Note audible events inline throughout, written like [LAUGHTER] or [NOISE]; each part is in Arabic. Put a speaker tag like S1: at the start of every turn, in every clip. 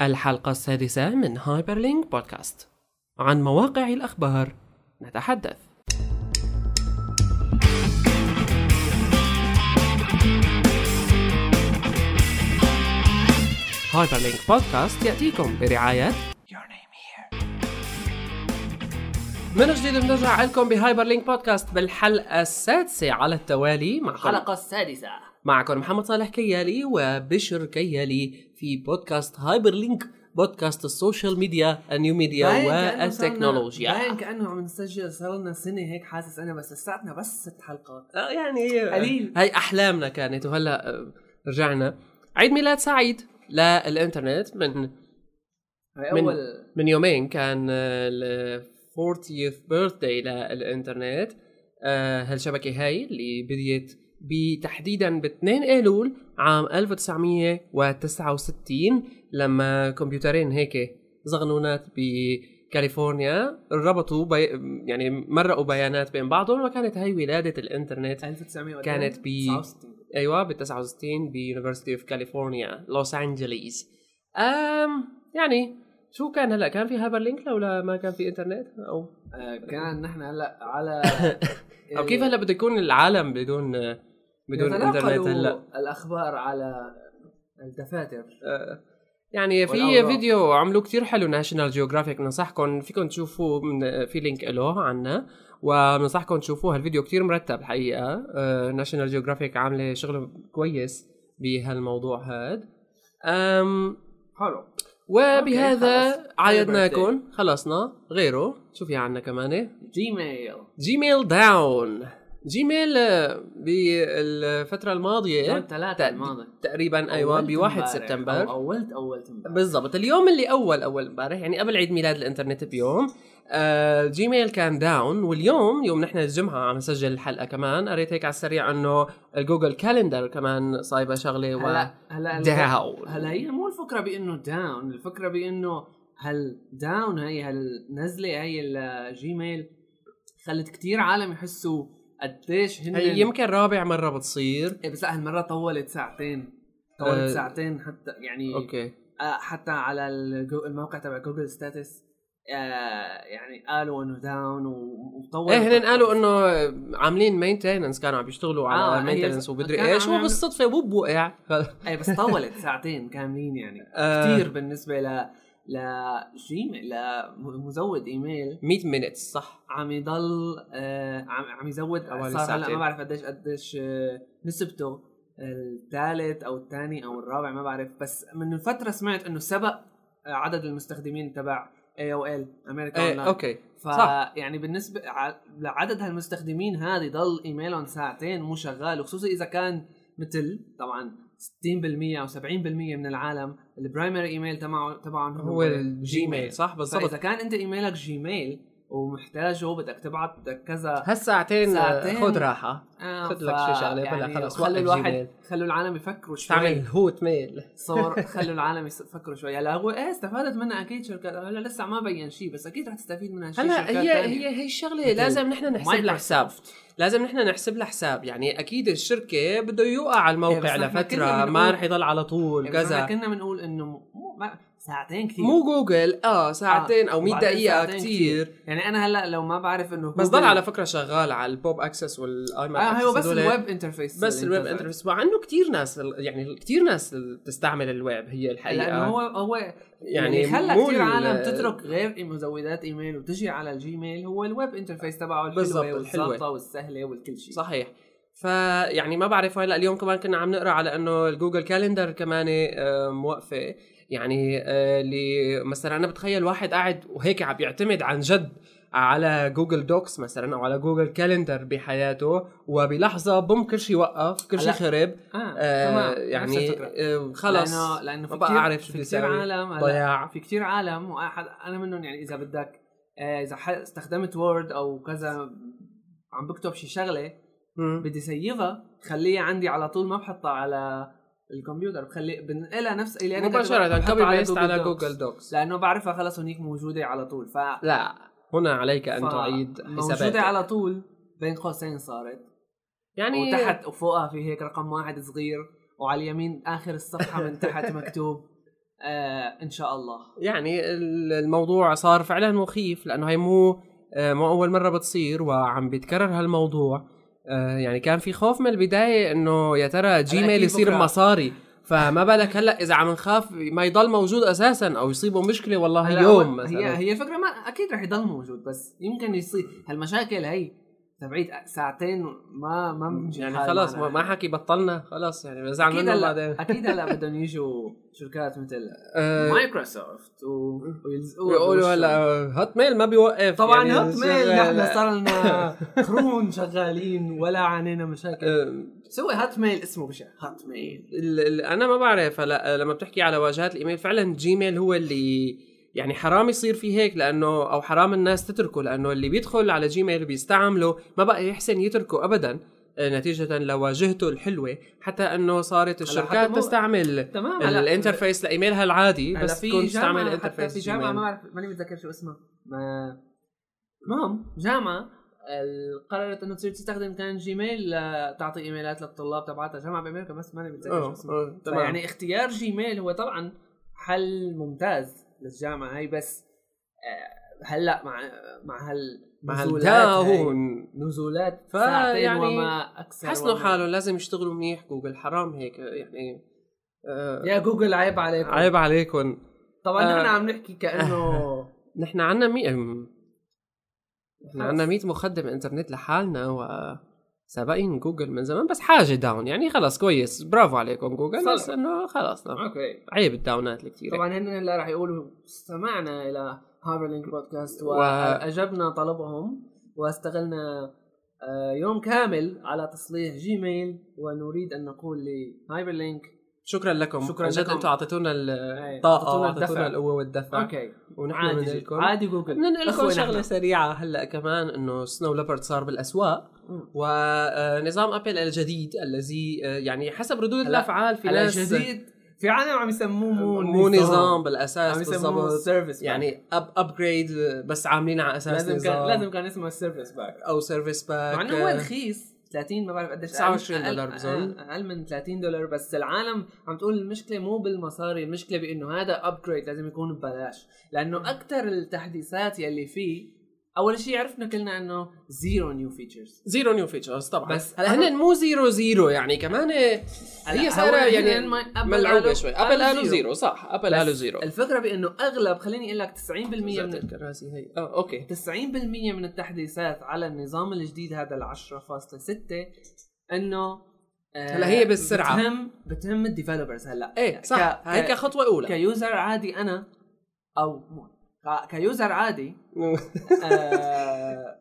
S1: الحلقة السادسة من هايبرلينك بودكاست عن مواقع الأخبار نتحدث هايبرلينك بودكاست يأتيكم برعاية من جديد بنرجع لكم بهايبرلينك بودكاست بالحلقة السادسة على التوالي مع
S2: الحلقة السادسة
S1: معكم محمد صالح كيالي وبشر كيالي في بودكاست هايبر لينك بودكاست السوشيال ميديا النيو ميديا
S2: باين كأنه
S1: والتكنولوجيا
S2: صارنا- باين كانه عم نسجل صار لنا سنه هيك حاسس انا بس لساتنا بس ست حلقات
S1: آه، يعني هي
S2: قليل.
S1: هاي احلامنا كانت وهلا آه، رجعنا عيد ميلاد سعيد للانترنت من
S2: هاي
S1: من-
S2: اول
S1: من يومين كان آه، ال 40th birthday للانترنت آه، هالشبكه هاي اللي بديت بتحديدا ب 2 ايلول عام 1969 لما كمبيوترين هيك زغنونات بكاليفورنيا ربطوا بي... يعني مرقوا بيانات بين بعضهم وكانت هاي ولاده الانترنت
S2: 1900
S1: كانت ب-
S2: 69
S1: ايوه بال 69 بيونيفرستي اوف كاليفورنيا لوس انجليز أم يعني شو كان هلا كان في هايبر لينك لولا ما كان في انترنت او
S2: آه، كان نحن هلا
S1: [LAUGHS]
S2: على
S1: او كيف هلا بده يكون العالم بدون بدون
S2: يتناقلوا
S1: انترنت هلا
S2: الاخبار إيه، على الدفاتر
S1: أه، يعني في
S2: والأوراق.
S1: فيديو عملوه كتير حلو ناشونال جيوغرافيك بنصحكم فيكم تشوفوه من في لينك له عنا وبنصحكم تشوفوه هالفيديو كتير مرتب أه، حقيقه ناشونال جيوغرافيك عامله شغل كويس بهالموضوع هاد أم
S2: حلو
S1: وبهذا
S2: أوكي، خلص.
S1: عايدناكم خلصنا غيره شو في عنا كمان
S2: جيميل
S1: جيميل داون جيميل آه، بالفترة الماضية
S2: يوم ثلاثة
S1: تق-
S2: الماضي
S1: تقريبا ايوه
S2: أولت
S1: بواحد
S2: امبارح، أو
S1: سبتمبر
S2: اولت اولت امبارح
S1: بالضبط اليوم اللي اول اول امبارح يعني قبل عيد ميلاد الانترنت بيوم آه، الجيميل كان داون واليوم يوم نحن الجمعة عم نسجل الحلقة كمان قريت هيك على السريع انه الجوجل كالندر كمان صايبة شغلة و
S2: هلا
S1: [LAUGHS]
S2: هلا
S1: داون
S2: هلا هي مو الفكره بانه داون الفكره بانه هل داون هي هالنزله هي الجيميل خلت كتير عالم يحسوا قديش هن
S1: هي يمكن رابع مرة بتصير
S2: إيه بس لا هالمره طولت ساعتين طولت
S1: آه.
S2: أه ساعتين حتى يعني
S1: اوكي
S2: آه حتى على الجو- الموقع تبع جوجل ستاتس آه يعني قالوا انه داون وطولت
S1: ايه هن قالوا انه عاملين مينتيننس كانوا عم بيشتغلوا على
S2: آه،
S1: مينتيننس
S2: هي-
S1: وبدري
S2: كانوا
S1: ايش
S2: عم يعملوا-
S1: وبالصدفه بوب وقع
S2: اي إيه، بس طولت ساعتين كاملين
S1: [LAUGHS]
S2: يعني
S1: آه،
S2: كثير بالنسبه ل لجيميل لمزود ايميل
S1: 100 مينتس صح
S2: عم يضل آه، عم عم يزود
S1: حوالي
S2: صار هلا
S1: ساعتين.
S2: ما بعرف قديش قديش آه، نسبته الثالث او الثاني او الرابع ما بعرف بس من فتره سمعت انه سبق آه، عدد المستخدمين تبع اي او ال امريكا
S1: ايه
S2: اونلاين
S1: اوكي صح.
S2: فيعني بالنسبه ع- لعدد هالمستخدمين هذه ضل ايميلهم ساعتين مو شغال وخصوصا اذا كان مثل طبعا 60% او 70% من العالم البرايمري ايميل تبعهم تبعهم
S1: هو الجيميل صح بالضبط
S2: فاذا كان انت ايميلك جيميل ومحتاجه بدك تبعت بدك كذا
S1: هالساعتين
S2: ساعتين.
S1: آه، خد راحه
S2: آه
S1: خد لك
S2: ف-
S1: شي شغلة، بلا خلص
S2: خلوا
S1: وقف
S2: الواحد
S1: جيميل.
S2: خلوا العالم يفكروا شوي
S1: تعمل هوت ميل [LAUGHS]
S2: صور خلوا العالم يس- يفكروا شوي هلا هو ايه استفادت منها اكيد شركات هلا لسه ما بين شيء بس اكيد رح تستفيد منها شيء
S1: هلا
S2: شركات
S1: هي
S2: تانية.
S1: هي هي الشغله لازم نحن نحسب لها حساب لازم نحن نحسب لها حساب يعني اكيد الشركه بده يوقع على
S2: إيه، بس
S1: الموقع
S2: نحن كلنا
S1: لفتره
S2: بنقول- إيه،
S1: ما رح يضل على طول
S2: كذا
S1: كذا
S2: يعني كنا بنقول انه مو ما ساعتين كثير
S1: مو جوجل اه ساعتين او 100
S2: وبعدين
S1: دقيقه
S2: ساعتين
S1: كثير
S2: يعني انا هلا لو ما بعرف انه
S1: بس
S2: جوجل-
S1: ضل على فكره شغال على البوب اكسس والاي ماب
S2: آه هو بس الويب انترفيس
S1: إيه؟ بس الويب انترفيس مع انه كثير ناس يعني كثير ناس بتستعمل الويب هي
S2: لانه
S1: الحقيقه
S2: هو هو
S1: يعني
S2: يعني خلى
S1: مو
S2: كثير
S1: ال-
S2: عالم تترك غير مزودات ايميل وتجي على الجيميل هو الويب انترفيس تبعه
S1: بالضبط،
S2: الحلوه
S1: الحلوة.
S2: والظابطه والسهله والكل شيء
S1: صحيح فيعني ما بعرف هلا اليوم كمان كنا عم نقرا على انه الجوجل كالندر كمان آه، موقفه يعني آه، اللي مثلا انا بتخيل واحد قاعد وهيك عم يعتمد عن جد على جوجل دوكس مثلا او على جوجل كالندر بحياته وبلحظه بوم كل شيء وقف كل شيء
S2: هلا.
S1: خرب
S2: اه
S1: آه
S2: تمام نفس
S1: يعني
S2: الفكرة.
S1: آه خلص
S2: لانه لانه
S1: ما
S2: في
S1: بقى
S2: كتير-
S1: أعرف شو
S2: في
S1: بدي
S2: كثير
S1: أسوي.
S2: عالم هلا
S1: ضياع
S2: في كتير عالم واحد انا منهم يعني اذا بدك آه، اذا ح- استخدمت وورد او كذا عم بكتب شي شغله
S1: مم.
S2: بدي سيفها خليها عندي على طول ما بحطها على الكمبيوتر بخلي بنقلها ننقلها نفس اللي انا كاتبها،
S1: مباشرة
S2: بحطها
S1: كوبي بيست على
S2: Google
S1: جوجل
S2: Docs.
S1: دوكس
S2: لانه بعرفها خلص هنيك موجوده على طول ف
S1: لا هنا عليك
S2: ف-
S1: ان تعيد
S2: موجوده
S1: حساباتك
S2: على طول بين قوسين صارت
S1: يعني
S2: وتحت
S1: [LAUGHS]
S2: وفوقها في هيك رقم واحد صغير وعلى اليمين اخر الصفحه من تحت مكتوب آه ان شاء الله
S1: يعني ال- الموضوع صار فعلا مخيف لانه هي مو آه، مو اول مره بتصير وعم بيتكرر هالموضوع آه، يعني كان في خوف من البدايه انه يا ترى جيميل
S2: أكيد
S1: يصير
S2: بكرة.
S1: مصاري فما بالك هلا اذا عم نخاف ما يضل موجود اساسا او يصيبه مشكله والله
S2: هلا
S1: اليوم
S2: هو-
S1: مثلا
S2: هي هي الفكره ما اكيد رح يضل موجود بس يمكن يصير هالمشاكل هي تبعيت ساعتين ما ما بمشي
S1: يعني
S2: الحال
S1: خلاص ما
S2: معنا.
S1: ما حكي بطلنا خلاص يعني بزعل
S2: اكيد
S1: منه
S2: هلا
S1: بعدين [LAUGHS]
S2: اكيد هلا بدهم يجوا شركات مثل
S1: آه،
S2: مايكروسوفت و... ويلزقوها
S1: بيقولوا
S2: بوشهم.
S1: هلا هوت ميل ما بيوقف
S2: طبعا
S1: يعني
S2: هوت ميل
S1: شغال-
S2: نحن صار لنا [LAUGHS] قرون شغالين ولا عانينا مشاكل
S1: آه،
S2: سوي هوت ميل اسمه بشع هوت ميل
S1: ال- ال- انا ما بعرف هلا لما بتحكي على واجهات الايميل فعلا جيميل هو اللي يعني حرام يصير في هيك لانه او حرام الناس تتركه لانه اللي بيدخل على جيميل وبيستعمله ما بقى يحسن يتركه ابدا آه، نتيجة لواجهته الحلوة حتى انه صارت الشركات
S2: مو-
S1: تستعمل
S2: تمام هلا-
S1: الانترفيس لايميلها العادي
S2: هلا
S1: بس
S2: في
S1: تكون
S2: جامعة
S1: تستعمل
S2: حتى
S1: الانترفيس
S2: في جامعه
S1: جيميل.
S2: ما بعرف ماني متذكر شو اسمها ما المهم جامعه ال- قررت انه تصير تستخدم كان جيميل تعطي ايميلات للطلاب تبعتها جامعه بامريكا بس ماني متذكر شو
S1: آه،
S2: اسمها
S1: آه، تمام
S2: يعني اختيار جيميل هو طبعا حل ممتاز للجامعه هي بس آه، هلا مع مع هال
S1: مع
S2: نزولات هاي،
S1: الداون
S2: يعني نزولات
S1: فا
S2: ساعتين
S1: يعني
S2: وما اكثر
S1: حسنوا
S2: وما-
S1: حالهم لازم يشتغلوا منيح جوجل حرام هيك يعني آه،
S2: يا جوجل عيب عليكم
S1: عيب عليكم
S2: طبعا
S1: آه.
S2: نحن عم نحكي
S1: [LAUGHS]
S2: كانه
S1: نحن عنا مي... أم، نحن عنا 100 مخدم انترنت لحالنا و سابقين جوجل من زمان بس حاجه داون يعني خلص كويس برافو عليكم جوجل بس
S2: صح.
S1: انه خلاص نعم.
S2: اوكي
S1: عيب الداونات الكثيره
S2: طبعا هن هلا راح يقولوا استمعنا الى هايبر لينك بودكاست
S1: و-
S2: واجبنا طلبهم واستغلنا آه، يوم كامل على تصليح جيميل ونريد ان نقول لهايبر لينك
S1: شكرا لكم
S2: شكراً
S1: عن جد
S2: لكم.
S1: انتم اعطيتونا الطاقه
S2: أعطيتونا
S1: واعطيتونا
S2: آه، الدفع.
S1: القوه والدفع
S2: اوكي
S1: ونحن
S2: عادي جدا.
S1: بنقلكم
S2: عادي جوجل
S1: بننقلكم
S2: أخوي
S1: شغله
S2: نحن.
S1: سريعه هلا كمان انه سنو ليبرد صار بالاسواق ونظام ابل الجديد الذي آه، يعني حسب ردود
S2: هلا-
S1: الافعال في
S2: هلا
S1: ناس
S2: جديد في عالم عم يسموه مو
S1: مو نظام
S2: عم
S1: بالاساس
S2: يسموه
S1: بالضبط
S2: سيرفيس
S1: يعني اب ابجريد بس عاملين على اساس
S2: لازم
S1: نظام
S2: كان لازم كان اسمه السيرفيس باك
S1: او سيرفيس باك
S2: مع انه هو رخيص 30 ما بعرف قديش
S1: 29
S2: أقل- أقل-
S1: دولار بظن.
S2: أقل- اقل من 30 دولار بس العالم عم تقول المشكله مو بالمصاري المشكله بانه هذا ابجريد لازم يكون ببلاش لانه اكثر التحديثات يلي فيه اول شيء عرفنا كلنا انه زيرو نيو فيتشرز
S1: زيرو نيو فيتشرز طبعا
S2: بس
S1: هلا هن مو زيرو زيرو يعني كمان هي صايره يعني ملعوبه شوي ابل قالوا زيرو صح ابل قالوا زيرو
S2: الفكره بانه اغلب خليني اقول لك 90% من
S1: زادت الكراسي هي اه اوكي
S2: 90% من التحديثات على النظام الجديد هذا ال 10.6 انه آه،
S1: هلا هي بالسرعة.
S2: بتهم بتهم الديفلوبرز هلا
S1: ايه صح
S2: ك-
S1: هيك
S2: ك-
S1: خطوه اولى
S2: كيوزر عادي انا او مو- ك- كيوزر عادي
S1: [LAUGHS]
S2: آه،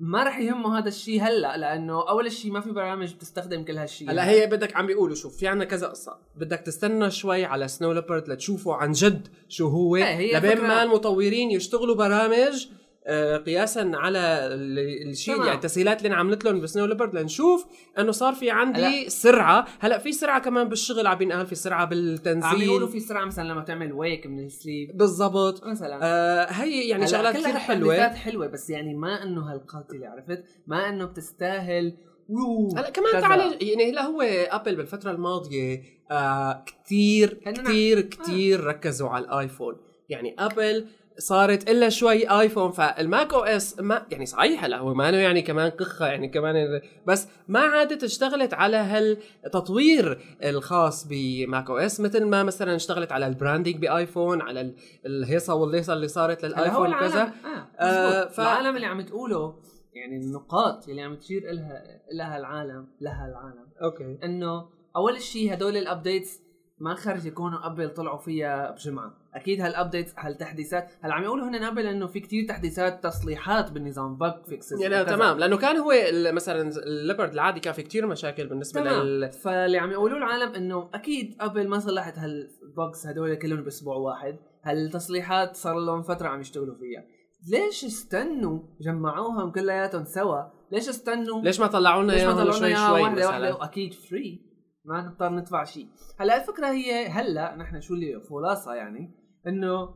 S2: ما رح يهمه هذا الشيء هلا لانه اول شيء ما في برامج بتستخدم كل هالشيء
S1: هلا هي بدك عم بيقولوا شوف في عنا كذا قصه بدك تستنى شوي على سنو ليبرد لتشوفوا عن جد شو هو
S2: إيه، هي
S1: لبين
S2: فكرة-
S1: ما المطورين يشتغلوا برامج آه، قياسا على ال- الشيء
S2: تمام.
S1: يعني التسهيلات اللي عملت لهم بسنو ليبرد لنشوف انه صار في عندي سرعه هلا في سرعه كمان بالشغل عم ينقال في سرعه
S2: عم يقولوا
S1: بالتنزيل
S2: في سرعه مثلا لما تعمل ويك من السليب
S1: بالضبط
S2: مثلا
S1: آه هي يعني
S2: هلا
S1: شغلات
S2: كلها
S1: كثير
S2: تحديثات
S1: حلوه
S2: حلوه بس يعني ما انه هالقاتله عرفت؟ ما انه بتستاهل يو
S1: هلا كمان
S2: كذا.
S1: تعال يعني هلا هو ابل بالفتره الماضيه آه كثير
S2: كأننا- آه.
S1: كثير كثير ركزوا على الايفون يعني ابل صارت الا شوي ايفون فالماك او اس ما يعني صحيح هلا هو ما انه يعني كمان كخه يعني كمان ال- بس ما عادت اشتغلت على هالتطوير الخاص بماك او اس مثل ما مثلا اشتغلت على البراندنج بايفون على ال- الهيصه والليصه اللي صارت
S2: هلا هو
S1: للايفون
S2: العالم
S1: وكذا آه،
S2: آه
S1: ف-
S2: ف... العالم اللي عم تقوله يعني النقاط اللي عم تشير لها لها العالم لها العالم
S1: اوكي
S2: انه اول شيء هدول الابديتس ما خرج يكونوا ابل طلعوا فيها بجمعه اكيد هالابديتس هالتحديثات هلا عم يقولوا هن ابل انه في كتير تحديثات تصليحات بالنظام بق فيكسز
S1: يعني تمام لانه كان هو ال- مثلا الليبرد العادي كان في كتير مشاكل بالنسبه لل
S2: تمام فاللي عم يقولوه العالم انه اكيد ابل ما صلحت هالبوكس هدول كلهم باسبوع واحد هالتصليحات صار لهم فتره عم يشتغلوا فيها ليش استنوا جمعوهم كلياتهم سوا ليش استنوا
S1: ليش ما طلعوا لنا
S2: ليش ما
S1: اياهم
S2: طلعوا لنا
S1: شوي
S2: إياها
S1: شوي
S2: واحده واحده
S1: مثلا
S2: واكيد فري ما نضطر ندفع شيء هلا الفكره هي هلا نحن شو اللي خلاصه يعني انه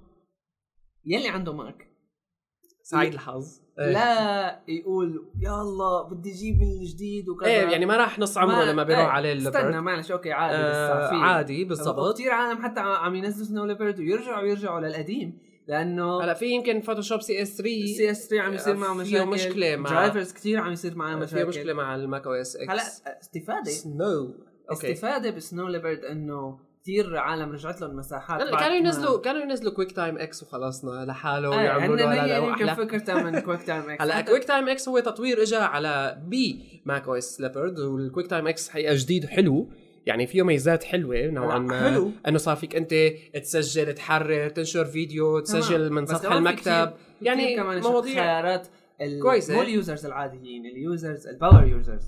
S2: يلي عنده ماك
S1: سعيد الحظ إيه.
S2: لا يقول يا الله بدي اجيب الجديد وكذا
S1: ايه يعني ما راح نص عمره
S2: ما-
S1: لما بيروح
S2: إيه،
S1: عليه الليبرد
S2: استنى معلش اوكي عادي لسه
S1: آه
S2: في إيه؟
S1: عادي
S2: بالضبط
S1: بالضبط
S2: كثير عالم حتى ع- عم ينزلوا سنو ليبرد ويرجعوا يرجعوا للقديم لانه
S1: هلا في يمكن فوتوشوب سي اس 3
S2: السي اس 3 عم يصير معه
S1: فيه
S2: مشاكل
S1: مشكلة مع-
S2: درايفرز كثير عم يصير معاه
S1: في
S2: مشاكل
S1: مشكله آه، مع الماك او اس اكس
S2: هلا استفاده
S1: سنو اوكي
S2: استفاده بسنو ليبرد انه كثير عالم رجعت لهم مساحات
S1: هلا
S2: بعد
S1: كانوا
S2: ما-
S1: ينزلوا كانوا ينزلوا كويك تايم اكس وخلصنا لحاله
S2: إيه،
S1: ويعملوا
S2: عندنا
S1: لا لا
S2: هي
S1: لا
S2: يمكن
S1: احلى
S2: فكرتها
S1: [LAUGHS]
S2: من كويك تايم اكس
S1: هلا كويك تايم اكس هو تطوير اجى على بي ماك او اس ليبرد والكويك تايم اكس حقيقه جديد حلو يعني فيه ميزات حلوه نوعا ما
S2: حلو.
S1: انه صار فيك انت تسجل تحرر تنشر فيديو تسجل
S2: تمام.
S1: من
S2: بس
S1: سطح
S2: كمان في
S1: المكتب يعني
S2: كتير كمان آه، مواضيع
S1: مواضيع
S2: خيارات ال-
S1: كويسة.
S2: مو اليوزرز العاديين اليوزرز الباور يوزرز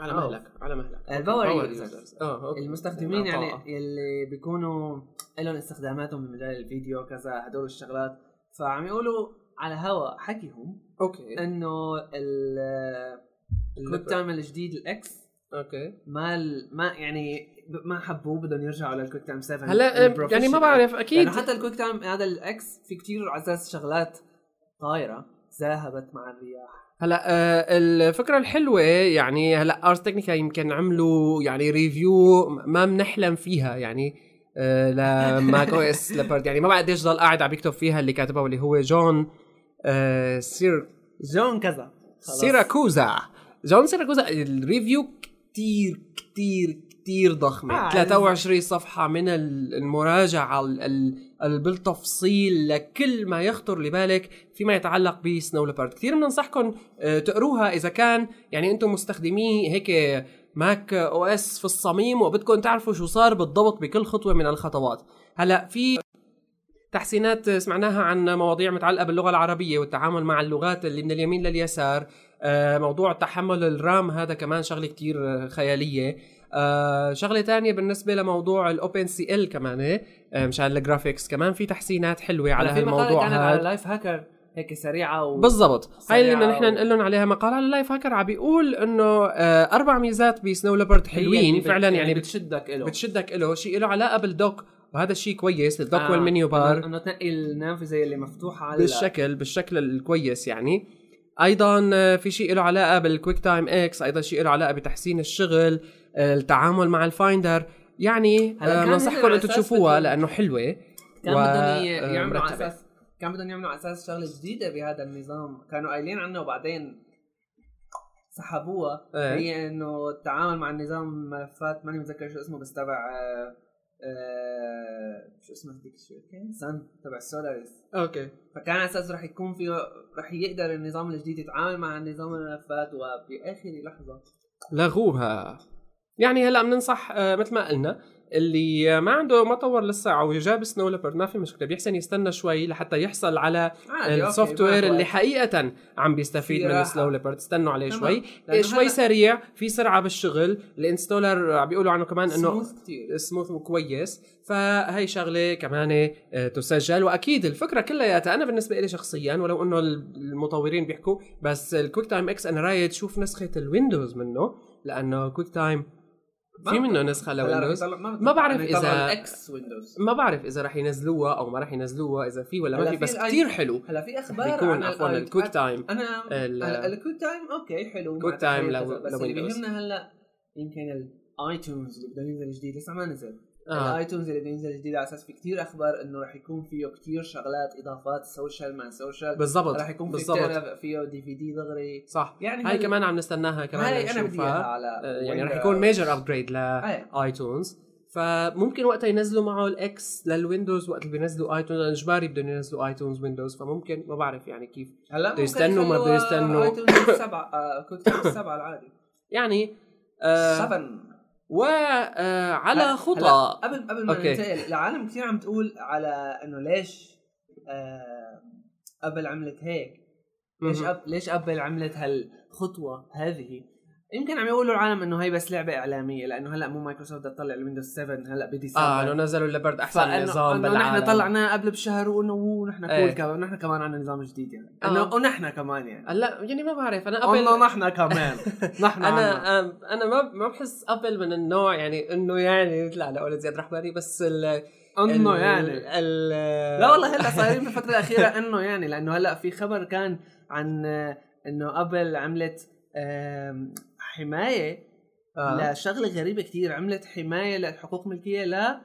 S1: على
S2: آه.
S1: مهلك على مهلك
S2: الباور
S1: Power
S2: يوزرز
S1: users. اه أوكي.
S2: المستخدمين
S1: العطاء.
S2: يعني اللي بيكونوا لهم استخداماتهم بمجال الفيديو كذا هدول الشغلات فعم يقولوا على هوا حكيهم
S1: اوكي
S2: انه ال الويب تايم الجديد الاكس
S1: اوكي
S2: ما ال- ما يعني ب- ما حبوه بدهم يرجعوا للكويك تايم 7
S1: هلا آه، يعني ما
S2: البروفيشنال.
S1: بعرف
S2: لانه
S1: اكيد
S2: حتى الكويك تايم هذا الاكس في كتير على اساس شغلات طايره ذاهبت مع الرياح
S1: هلا آه، الفكره الحلوه يعني هلا ارت تكنيكا يمكن عملوا يعني ريفيو ما بنحلم فيها يعني آه، لماك او اس لبرد يعني ما بعرف قديش ضل قاعد عم يكتب فيها اللي كاتبها واللي هو جون آه، سير
S2: جون كذا خلاص.
S1: سيراكوزا جون سيراكوزا الريفيو كتير كتير كتير ضخمة
S2: آه،
S1: 23 صفحة من ال- المراجعة ال- ال- ال- بالتفصيل لكل ما يخطر لبالك فيما يتعلق بسنو ليبرد كثير بننصحكم آه، تقروها إذا كان يعني أنتم مستخدمي هيك ماك او اس في الصميم وبدكم تعرفوا شو صار بالضبط بكل خطوة من الخطوات هلا في تحسينات سمعناها عن مواضيع متعلقة باللغة العربية والتعامل مع اللغات اللي من اليمين لليسار آه، موضوع تحمل الرام هذا كمان شغله كتير آه، خياليه آه شغله تانية بالنسبه لموضوع الاوبن سي ال كمان آه مشان الجرافيكس كمان في تحسينات حلوه على
S2: أنا يعني في مقالة
S1: هالموضوع
S2: كانت على
S1: هذا
S2: لايف هاكر هيك سريعه و...
S1: بالضبط هاي اللي بدنا
S2: سريعة
S1: نحن
S2: و-
S1: نقول لهم عليها مقال على لايف هاكر عم بيقول انه آه اربع ميزات بسنو ليبرد
S2: هي
S1: حلوين
S2: اللي بت-
S1: فعلا يعني بت-
S2: بتشدك له
S1: بتشدك له شيء له علاقه بالدوك وهذا الشيء كويس الدوك آه والمنيو بار
S2: انه تنقي النافذه اللي مفتوحه على
S1: بالشكل بالشكل الكويس يعني ايضا آه، في شيء له علاقه بالكويك تايم اكس ايضا شيء له علاقه بتحسين الشغل آه، التعامل مع الفايندر يعني
S2: هلا
S1: آه،
S2: كان
S1: بنصحكم
S2: هذا على
S1: انتم
S2: أساس
S1: تشوفوها
S2: بدهم-
S1: لانه حلوه
S2: كان
S1: و-
S2: بدهم
S1: آه،
S2: ي- يعملوا على
S1: مرتبة.
S2: اساس كان بدهم يعملوا على اساس شغله جديده بهذا النظام كانوا قايلين عنه وبعدين سحبوها
S1: إيه.
S2: هي انه التعامل مع النظام ملفات ماني متذكر شو اسمه بس تبع آه، آه، شو اسمه هذيك الشركه سن تبع سولاريس
S1: اوكي
S2: فكان على اساس رح يكون فيه رح يقدر النظام الجديد يتعامل مع نظام الملفات وباخر لحظه
S1: لغوها يعني هلا بننصح آه، مثل ما قلنا اللي آه، ما عنده ما طور لسه او جاب سنو ليبرد ما في مشكله بيحسن يستنى شوي لحتى يحصل على
S2: عادي، أوكي،
S1: السوفت
S2: ما
S1: وير
S2: أخوة.
S1: اللي حقيقه عم بيستفيد
S2: في
S1: من
S2: راحة.
S1: سلو ليبرد استنوا عليه
S2: تمام.
S1: شوي
S2: لأنه
S1: شوي
S2: هلأ-
S1: سريع في سرعه بالشغل الانستولر عم بيقولوا عنه كمان انه
S2: سموث كتير
S1: سموث وكويس فهي شغله كمان آه، تسجل واكيد الفكره كلياتها انا بالنسبه لي شخصيا ولو انه المطورين بيحكوا بس الكويك تايم اكس انا رايد شوف نسخه الويندوز منه لانه كويك تايم في منه نسخه
S2: هلا رح
S1: لويندوز
S2: يطلع- ما
S1: ما بعرف
S2: يعني طبعاً
S1: إذا-
S2: اكس ويندوز
S1: ما بعرف اذا رح ينزلوها او ما رح ينزلوها اذا في ولا ما
S2: هلا
S1: في
S2: في
S1: بس
S2: الآي-
S1: كتير حلو
S2: هلا في اخبار
S1: بيكون
S2: عن
S1: عفوا
S2: الآي-
S1: الكويك تايم
S2: انا
S1: ال-
S2: هلا الكويك تايم اوكي حلو
S1: كويك
S2: مع
S1: تايم
S2: تحية
S1: لو-
S2: كذا، بس
S1: لو
S2: اللي
S1: ويندوز.
S2: بيهمنا هلا يمكن الايتونز اللي بده ينزل جديد لسه ما نزل
S1: آه.
S2: الايتونز اللي بده ينزل جديد على اساس في كتير اخبار انه رح يكون فيه كتير شغلات اضافات سوشيال ما سوشيال
S1: بالضبط
S2: رح يكون في
S1: بالضبط
S2: بتعرف فيه دي في دي دغري
S1: صح
S2: يعني
S1: هاي
S2: هل-
S1: كمان عم نستناها كمان
S2: هاي انا بدي
S1: نشوفها.
S2: اياها على
S1: آه، يعني رح
S2: Windows.
S1: يكون ميجر ابجريد
S2: إيه.
S1: لايتونز فممكن وقتها ينزلوا معه الاكس للويندوز وقت اللي بينزلوا ايتونز لأن اجباري بدهم ينزلوا ايتونز ويندوز فممكن ما بعرف يعني كيف
S2: هلا ممكن
S1: يستنوا ما بده
S2: يخلوا
S1: يستنوا. [COUGHS]
S2: iTunes السبعة آه، كنت السبعة العادي
S1: يعني آه
S2: 7
S1: وعلى
S2: هلا-
S1: خطى
S2: هلا قبل قبل ما
S1: أوكي.
S2: ننتقل العالم كثير عم تقول على انه ليش آه، ابل عملت هيك ليش
S1: مهم. آه،
S2: أب ليش ابل عملت هالخطوه هذه يمكن عم يقولوا العالم انه هي بس لعبه اعلاميه لانه هلا مو مايكروسوفت بدها تطلع الويندوز 7 هلا بديسمبر
S1: اه انه نزلوا الليبرد احسن
S2: فإنه-
S1: نظام
S2: إنه
S1: بالعالم
S2: نحن طلعناه قبل بشهر وانه وو نحن
S1: إيه.
S2: كول كمان نحن كمان عندنا نظام جديد يعني
S1: آه.
S2: انه ونحن كمان يعني
S1: هلا يعني ما بعرف انا قبل
S2: والله نحن
S1: [LAUGHS]
S2: كمان نحن عنا.
S1: انا أم- انا ما ما بحس ابل من النوع يعني انه يعني مثل على قول زياد رحباني بس ال-
S2: انه
S1: ال-
S2: يعني
S1: ال-
S2: لا والله هلا صايرين بالفتره [LAUGHS] الاخيره انه يعني لانه هلا في خبر كان عن آه، انه ابل عملت آم، حمايه
S1: آه.
S2: لشغله غريبه كتير عملت حمايه لحقوق ملكيه ل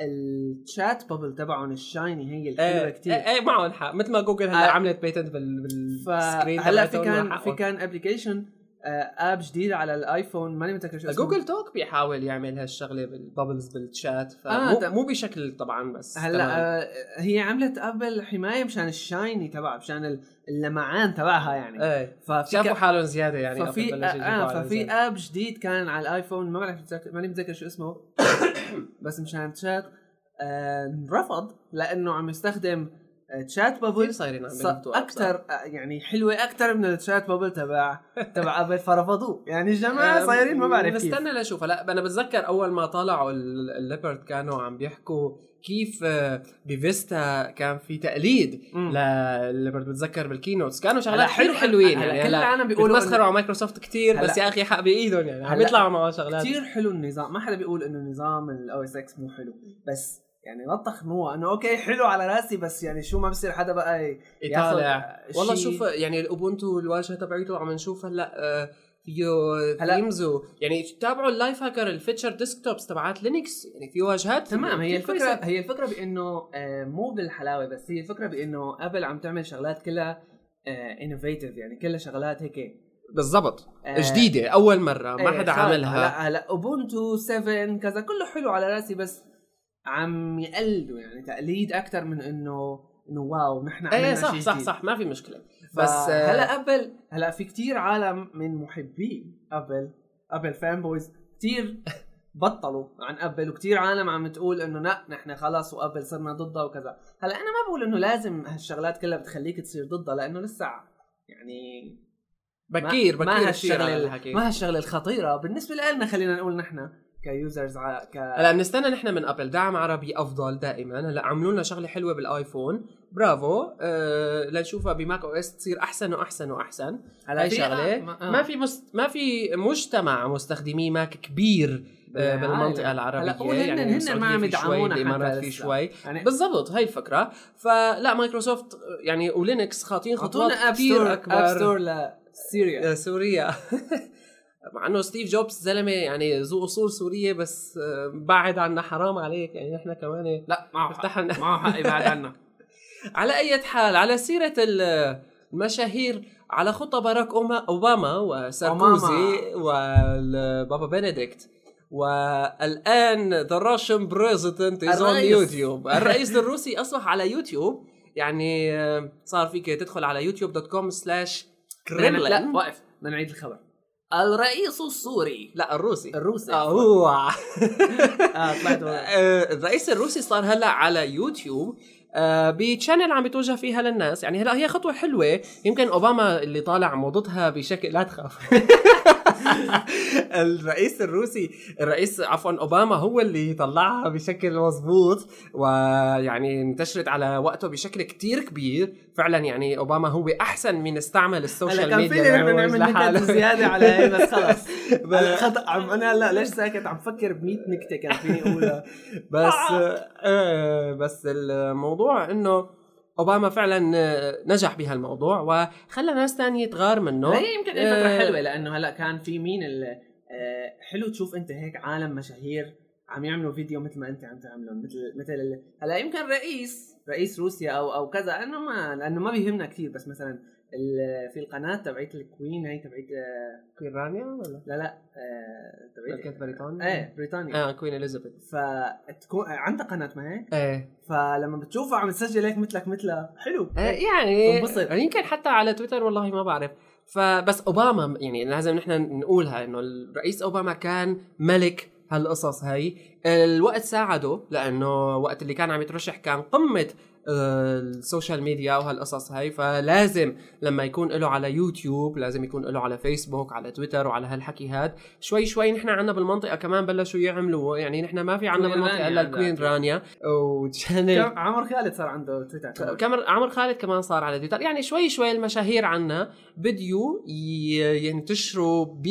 S2: الشات بابل تبعهم الشايني هي الحلوه
S1: ايه
S2: كتير
S1: ايه معهم حق مثل ما جوجل هلا
S2: آه.
S1: عملت بيتنت بال بالسكرين
S2: فهلا في
S1: تبعتهم
S2: كان في
S1: وحقهم.
S2: كان ابلكيشن اب جديد على الايفون ماني متذكر شو اسمه
S1: جوجل توك بيحاول يعمل هالشغله بالببلز بالشات
S2: آه،
S1: فمو
S2: تم-
S1: مو بشكل طبعا بس تمام.
S2: هلا آه، هي عملت ابل حمايه مشان الشايني تبعها مشان ال- اللمعان تبعها يعني
S1: ايه
S2: ففي
S1: شافوا
S2: كا-
S1: حالهم زياده يعني
S2: ففي
S1: قبل بلشوا يجيبوا
S2: آه
S1: حالهم
S2: ففي
S1: زيادة.
S2: اب جديد كان على الايفون ما بعرف متذكر- ماني متذكر شو اسمه [COUGHS] بس مشان تشات آه رفض لانه عم يستخدم آه، تشات
S1: كثير
S2: بابل
S1: صايرين عم
S2: ص-
S1: بيموتوا
S2: اكثر آه، يعني حلوه اكثر من التشات بابل
S1: [LAUGHS]
S2: تبع تبع ابل فرفضوه يعني الجماعه
S1: آه،
S2: صايرين ما بعرف كيف
S1: بستنى لاشوف هلا انا بتذكر اول ما طلعوا ال- الليبرد كانوا عم بيحكوا كيف آه، بفيستا كان في تقليد
S2: مم.
S1: لليبرد بتذكر بالكينوتس كانوا
S2: هلا
S1: شغلات
S2: حلو
S1: حلو حلوين
S2: هلا
S1: يعني
S2: كل
S1: هلا
S2: العالم بيقولوا
S1: بيتمسخروا على مايكروسوفت كتير بس
S2: هلا-
S1: يا اخي حق بايدهم يعني عم
S2: هلا-
S1: يطلعوا معه شغلات
S2: كثير حلو النظام ما حدا بيقول انه نظام الاو اس اكس مو حلو بس يعني لا تخنوها انه اوكي حلو على راسي بس يعني شو ما بصير حدا بقى ي- ياخذ
S1: يطالع والله
S2: شي-
S1: شوف يعني الاوبونتو الواجهه تبعيته عم نشوف هلا آه، فيه
S2: هلا-
S1: ثيمز يعني تابعوا اللايف هاكر الفيتشر ديسكتوبس تبعات لينكس يعني في واجهات
S2: تمام هي
S1: كتير كويسة.
S2: الفكره هي الفكره بانه آه، مو بالحلاوه بس هي الفكره بانه ابل عم تعمل شغلات كلها انوفيتيف يعني كلها شغلات هيك
S1: بالضبط
S2: آه،
S1: جديده اول مره ما
S2: إيه،
S1: حدا
S2: خلق.
S1: عملها
S2: هلا هلا اوبونتو 7 كذا كله حلو على راسي بس عم يقلدوا يعني تقليد اكثر من انه انه واو نحن عملنا
S1: ايه صح
S2: شي
S1: صح
S2: جديد.
S1: صح ما في مشكله
S2: بس
S1: بس آه،
S2: هلا ابل هلا في كتير عالم من محبي ابل ابل فان بويز كتير بطلوا عن ابل وكتير عالم عم تقول انه لا نحن خلص وابل صرنا ضدها وكذا هلا انا ما بقول انه لازم هالشغلات كلها بتخليك تصير ضدها لانه لسه يعني ما-
S1: بكير بكير
S2: ما
S1: كتير على
S2: هالشغله
S1: الحكي.
S2: ما هالشغله الخطيره بالنسبه لنا خلينا نقول نحن كيوزرز ع... ك
S1: هلا بنستنى نحن من ابل دعم عربي افضل دائما هلا عملوا لنا شغله حلوه بالايفون برافو أه لنشوفها بماك او اس تصير احسن واحسن واحسن هاي
S2: في-
S1: شغله
S2: ما, آه.
S1: ما في مست... ما في مجتمع مستخدمي ماك كبير آه،
S2: بالعالم.
S1: بالمنطقه العربيه
S2: هلا وهن- هن ما
S1: السعودية
S2: عم
S1: في
S2: يدعمونا
S1: شوي
S2: حتى
S1: الامارات في
S2: لسه.
S1: شوي
S2: يعني
S1: بالضبط هاي الفكره فلا مايكروسوفت آه، يعني ولينكس خاطين خطوات
S2: اعطونا اب
S1: كثير
S2: ستور
S1: اكبر
S2: اب ستور لسوريا
S1: آه، سوريا [LAUGHS] مع انه ستيف جوبز زلمه يعني ذو اصول سوريه بس آه، بعد عنا حرام عليك يعني نحن كمان
S2: لا معه حق
S1: افتحنا
S2: معه حق يبعد عنا
S1: [LAUGHS] على أي حال على سيرة ال- آه، المشاهير على خطى باراك أوما- أوباما وساركوزي والبابا بنديكت والآن the Russian president is on
S2: الرئيس.
S1: يوتيوب الرئيس [LAUGHS] الروسي أصبح على يوتيوب يعني آه، صار فيك تدخل على يوتيوب دوت كوم سلاش
S2: لا
S1: كريملين
S2: وقف بدنا نعيد الخبر الرئيس السوري
S1: لا الروسي
S2: الروسي
S1: آه، هو
S2: اه طلعت ورا.
S1: [LAUGHS] آه، الرئيس الروسي صار هلا على يوتيوب آه، بتشانل عم بتوجه فيها للناس يعني هلا هي خطوه حلوه يمكن اوباما اللي طالع موضتها بشكل لا تخاف [LAUGHS] الرئيس الروسي الرئيس عفوا اوباما هو اللي طلعها بشكل مزبوط ويعني انتشرت على وقته بشكل كتير كبير فعلا يعني اوباما هو احسن من استعمل السوشيال
S2: هلا كان
S1: ميديا
S2: فيني نحن
S1: ليروج
S2: نعمل
S1: لحاله.
S2: نكت
S1: [LAUGHS]
S2: زياده على هي [LAUGHS] بس خلص
S1: ب-
S2: هلا خط- عم انا هلا ليش ساكت عم فكر ب 100 نكته كان فيني [LAUGHS] اقولها
S1: بس
S2: آه.
S1: آه بس الموضوع انه اوباما فعلا آه، نجح بهالموضوع وخلى ناس تانية تغار منه
S2: هي يمكن هي فتره
S1: آه.
S2: حلوه لانه هلا كان في مين ال- آه، حلو تشوف انت هيك عالم مشاهير عم يعملوا فيديو مثل ما انت عم تعملهم مثل مثل ال- هلا يمكن رئيس رئيس روسيا او او كذا انه ما لانه ما بيهمنا كثير بس مثلا ال- في القناه تبعت الكوين هي تبعت آه،
S1: كوين رانيا ولا
S2: لا لا آه، تبعت
S1: كانت بريطانيا؟
S2: ايه بريطانيا
S1: اه كوين اليزابيث
S2: فتكون عندها قناه ما هيك
S1: ايه
S2: فلما بتشوفها عم تسجل هيك مثلك مثلها حلو
S1: آه، يعني
S2: تنبسط.
S1: يمكن حتى على تويتر والله ما بعرف فبس اوباما يعني لازم نحن نقولها انه الرئيس اوباما كان ملك هالقصص هي الوقت ساعده لانه وقت اللي كان عم يترشح كان قمه آه، السوشيال ميديا وهالقصص هاي فلازم لما يكون له على يوتيوب لازم يكون له على فيسبوك على تويتر وعلى هالحكي هاد شوي شوي نحن عنا بالمنطقه كمان بلشوا يعملوا يعني نحن ما في عنا
S2: كوين
S1: بالمنطقه
S2: رانيا
S1: الا
S2: عندها.
S1: الكوين رانيا [LAUGHS] وتشانل
S2: كم- عمر خالد صار عنده تويتر كمان.
S1: كامر عمر خالد كمان صار على تويتر يعني شوي شوي المشاهير عنا بديوا ي- ينتشروا ب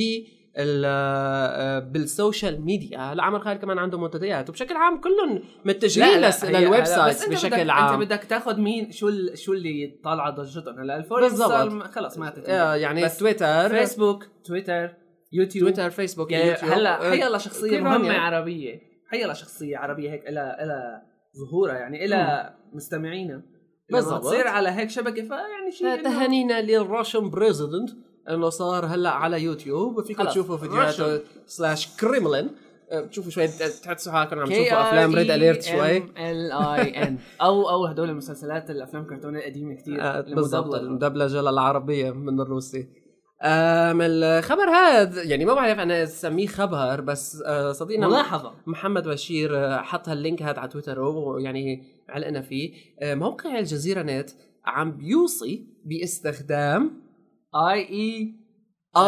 S1: ال- آه، بالسوشيال ميديا هلا عمر خالد كمان عنده منتديات وبشكل عام كلهم متجهين لس-
S2: هي-
S1: للويب
S2: هلا بس
S1: سايت
S2: أنت
S1: بشكل
S2: بدك-
S1: عام
S2: انت بدك تاخذ مين شو ال- شو اللي طالعه ضجتهم هلا الفوري
S1: بالضبط.
S2: صار خلص ماتت
S1: آه، يعني
S2: بس
S1: تويتر
S2: فيسبوك تويتر يوتيوب
S1: تويتر فيسبوك
S2: يعني
S1: يوتيوب
S2: هلا
S1: آه،
S2: حيا الله شخصيه
S1: كل
S2: مهمه
S1: هون-
S2: عربيه حيا الله شخصيه عربيه هيك إلها إلها ظهورها يعني إلها مستمعينا لما
S1: بالضبط.
S2: تصير على هيك شبكه فيعني شيء إنه-
S1: تهانينا للراشن بريزيدنت انه صار هلا على يوتيوب فيكم
S2: خلص،
S1: تشوفوا فيديوهاته سلاش كريملين أه، بتشوفوا شوي تحسوا حالكم عم
S2: K R
S1: تشوفوا افلام ريد
S2: E
S1: اليرت
S2: M
S1: شوي
S2: L I
S1: [LAUGHS]
S2: N او او هدول المسلسلات الافلام الكرتونيه القديمه كثير
S1: أه، بالضبط المدبلجه للعربيه من الروسي أم الخبر هذا يعني ما بعرف انا اسميه خبر بس أه، صديقنا
S2: ملاحظه
S1: محمد بشير آه، حط هاللينك هذا على تويتر ويعني علقنا فيه آه، موقع الجزيره نت عم بيوصي باستخدام
S2: اي اي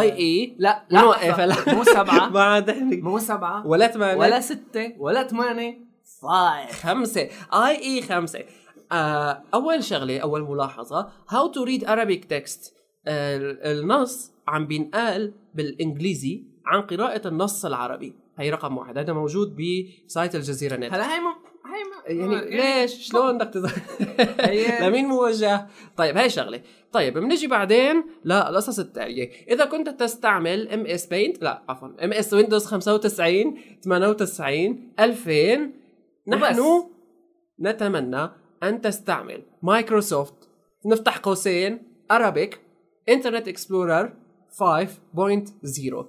S1: اي اي
S2: E، آه. لا
S1: ونوقف هلا.
S2: لا مو سبعه
S1: إيه، [LAUGHS] ما عاد احنا
S2: مو سبعه
S1: ولا ثمانية
S2: ولا ستة ولا ثمانية فايف
S1: خمسة اي اي خمسة آه، اول شغلة اول ملاحظة how to read Arabic text آه، ال- النص عم بينقال بالانجليزي عن قراءة النص العربي هي رقم واحد هذا موجود بسايت الجزيرة نت
S2: هلا هي ما هي آه، ما
S1: يعني ليش شلون بدك تز-
S2: [LAUGHS] هي-
S1: [LAUGHS] لمين موجه طيب هاي شغله طيب بنجي بعدين للقصص التاليه اذا كنت تستعمل ام اس بينت لا عفوا ام اس ويندوز 95 98 2000 نحن نتمنى ان تستعمل مايكروسوفت نفتح قوسين ارابيك انترنت اكسبلورر 5.0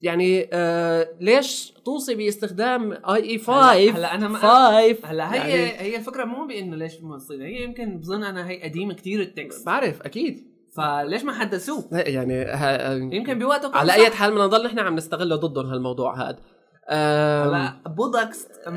S1: يعني آه ليش توصي باستخدام اي اي 5
S2: هلا أنا ما-
S1: 5
S2: هلا هي
S1: يعني
S2: هي الفكره مو بانه ليش موصلين هي يمكن بظن انا هي قديمه كثير التكست
S1: بعرف اكيد
S2: فليش ما حدثوه
S1: لا، يعني ها
S2: يمكن بوقته كان
S1: على
S2: صح.
S1: اي حال بدنا نضل نحن عم نستغله ضدهم هالموضوع هذا هلا
S2: هلا بودكس ما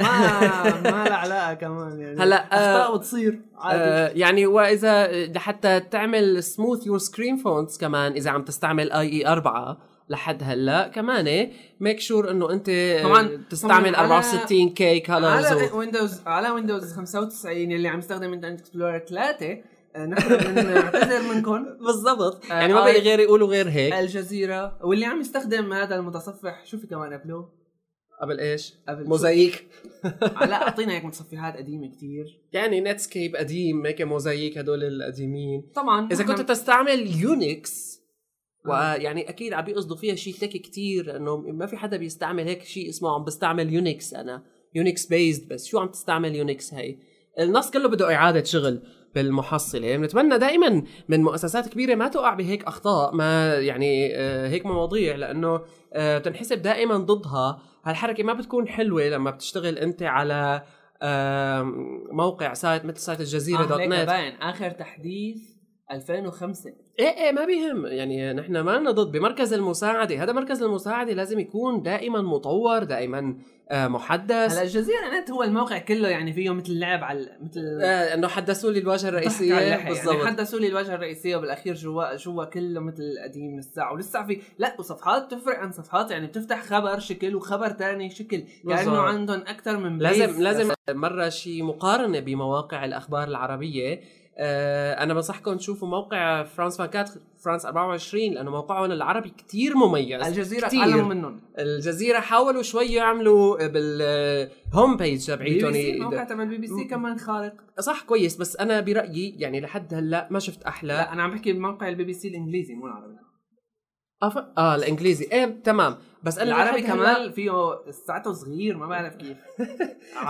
S2: ما لها علاقه كمان يعني
S1: هلا، آه،
S2: اخطاء بتصير عادي
S1: آه يعني واذا لحتى تعمل سموث يور سكرين فونتس كمان اذا عم تستعمل اي اي 4 لحد هلا كمان إيه، ميك شور انه انت
S2: طبعاً-
S1: أه، تستعمل
S2: طبعاً على-
S1: 64 كي كلرز
S2: على ويندوز على ويندوز 95 يلي عم يستخدم انترنت اكسبلورر 3 آه، نحن بنعتذر منكم
S1: [LAUGHS] بالضبط
S2: آه،
S1: يعني ما
S2: آي-
S1: بقي غير يقولوا غير هيك
S2: الجزيره واللي عم يستخدم هذا المتصفح شو في كمان
S1: [LAUGHS]
S2: قبله
S1: قبل ايش؟
S2: قبل
S1: موزايك
S2: لا اعطينا هيك متصفحات قديمه كتير
S1: يعني نتسكيب قديم هيك موزايك هدول القديمين
S2: طبعا
S1: اذا
S2: نحن-
S1: كنت تستعمل يونكس ويعني اكيد عم بيقصدوا فيها شيء تك كتير لانه ما في حدا بيستعمل هيك شيء اسمه عم بستعمل يونكس انا يونكس بيزد بس شو عم تستعمل يونكس هي النص كله بده اعاده شغل بالمحصله بنتمنى دائما من مؤسسات كبيره ما تقع بهيك اخطاء ما يعني آه، هيك مواضيع لانه آه، بتنحسب دائما ضدها هالحركه ما بتكون حلوه لما بتشتغل انت على آم، موقع سايت مثل سايت الجزيره
S2: آه،
S1: دوت
S2: هيك
S1: نت
S2: باين اخر تحديث 2005
S1: ايه ايه ما بيهم يعني نحن ما لنا ضد بمركز المساعدة هذا مركز المساعدة لازم يكون دائما مطور دائما آه
S2: هلا
S1: محدث
S2: الجزيره نت هو الموقع كله يعني فيه مثل لعب على مثل
S1: آه انه حدثوا لي الواجهة
S2: ضحك على
S1: الرئيسية
S2: اللحية.
S1: بالضبط
S2: يعني حدثوا لي الواجهه الرئيسيه وبالاخير جوا جوا كله مثل قديم لسه ولسه في لا وصفحات تفرق عن صفحات يعني بتفتح خبر شكل وخبر تاني شكل كانه عندهم اكثر من
S1: لازم
S2: base.
S1: لازم مرة شي مقارنة بمواقع الأخبار العربية آه أنا بنصحكم تشوفوا موقع فرانس فانكات فرانس 24 لأنه موقعهم العربي كتير مميز
S2: الجزيره
S1: كتير.
S2: تعلموا منهم
S1: الجزيرة حاولوا شوي يعملوا بالهوم بيج تبعيتهم
S2: بي بي سي
S1: يد-
S2: موقع تبع البي بي سي
S1: م-
S2: كمان خارق
S1: صح كويس بس أنا برأيي يعني لحد هلا ما شفت أحلى
S2: لا انا عم بحكي بموقع البي بي سي الانجليزي مو العربي
S1: اه ف- اه الانجليزي ايه تمام بس انا
S2: العربي
S1: لحد هلا-
S2: كمان فيه ساعته صغير ما بعرف [LAUGHS] كيف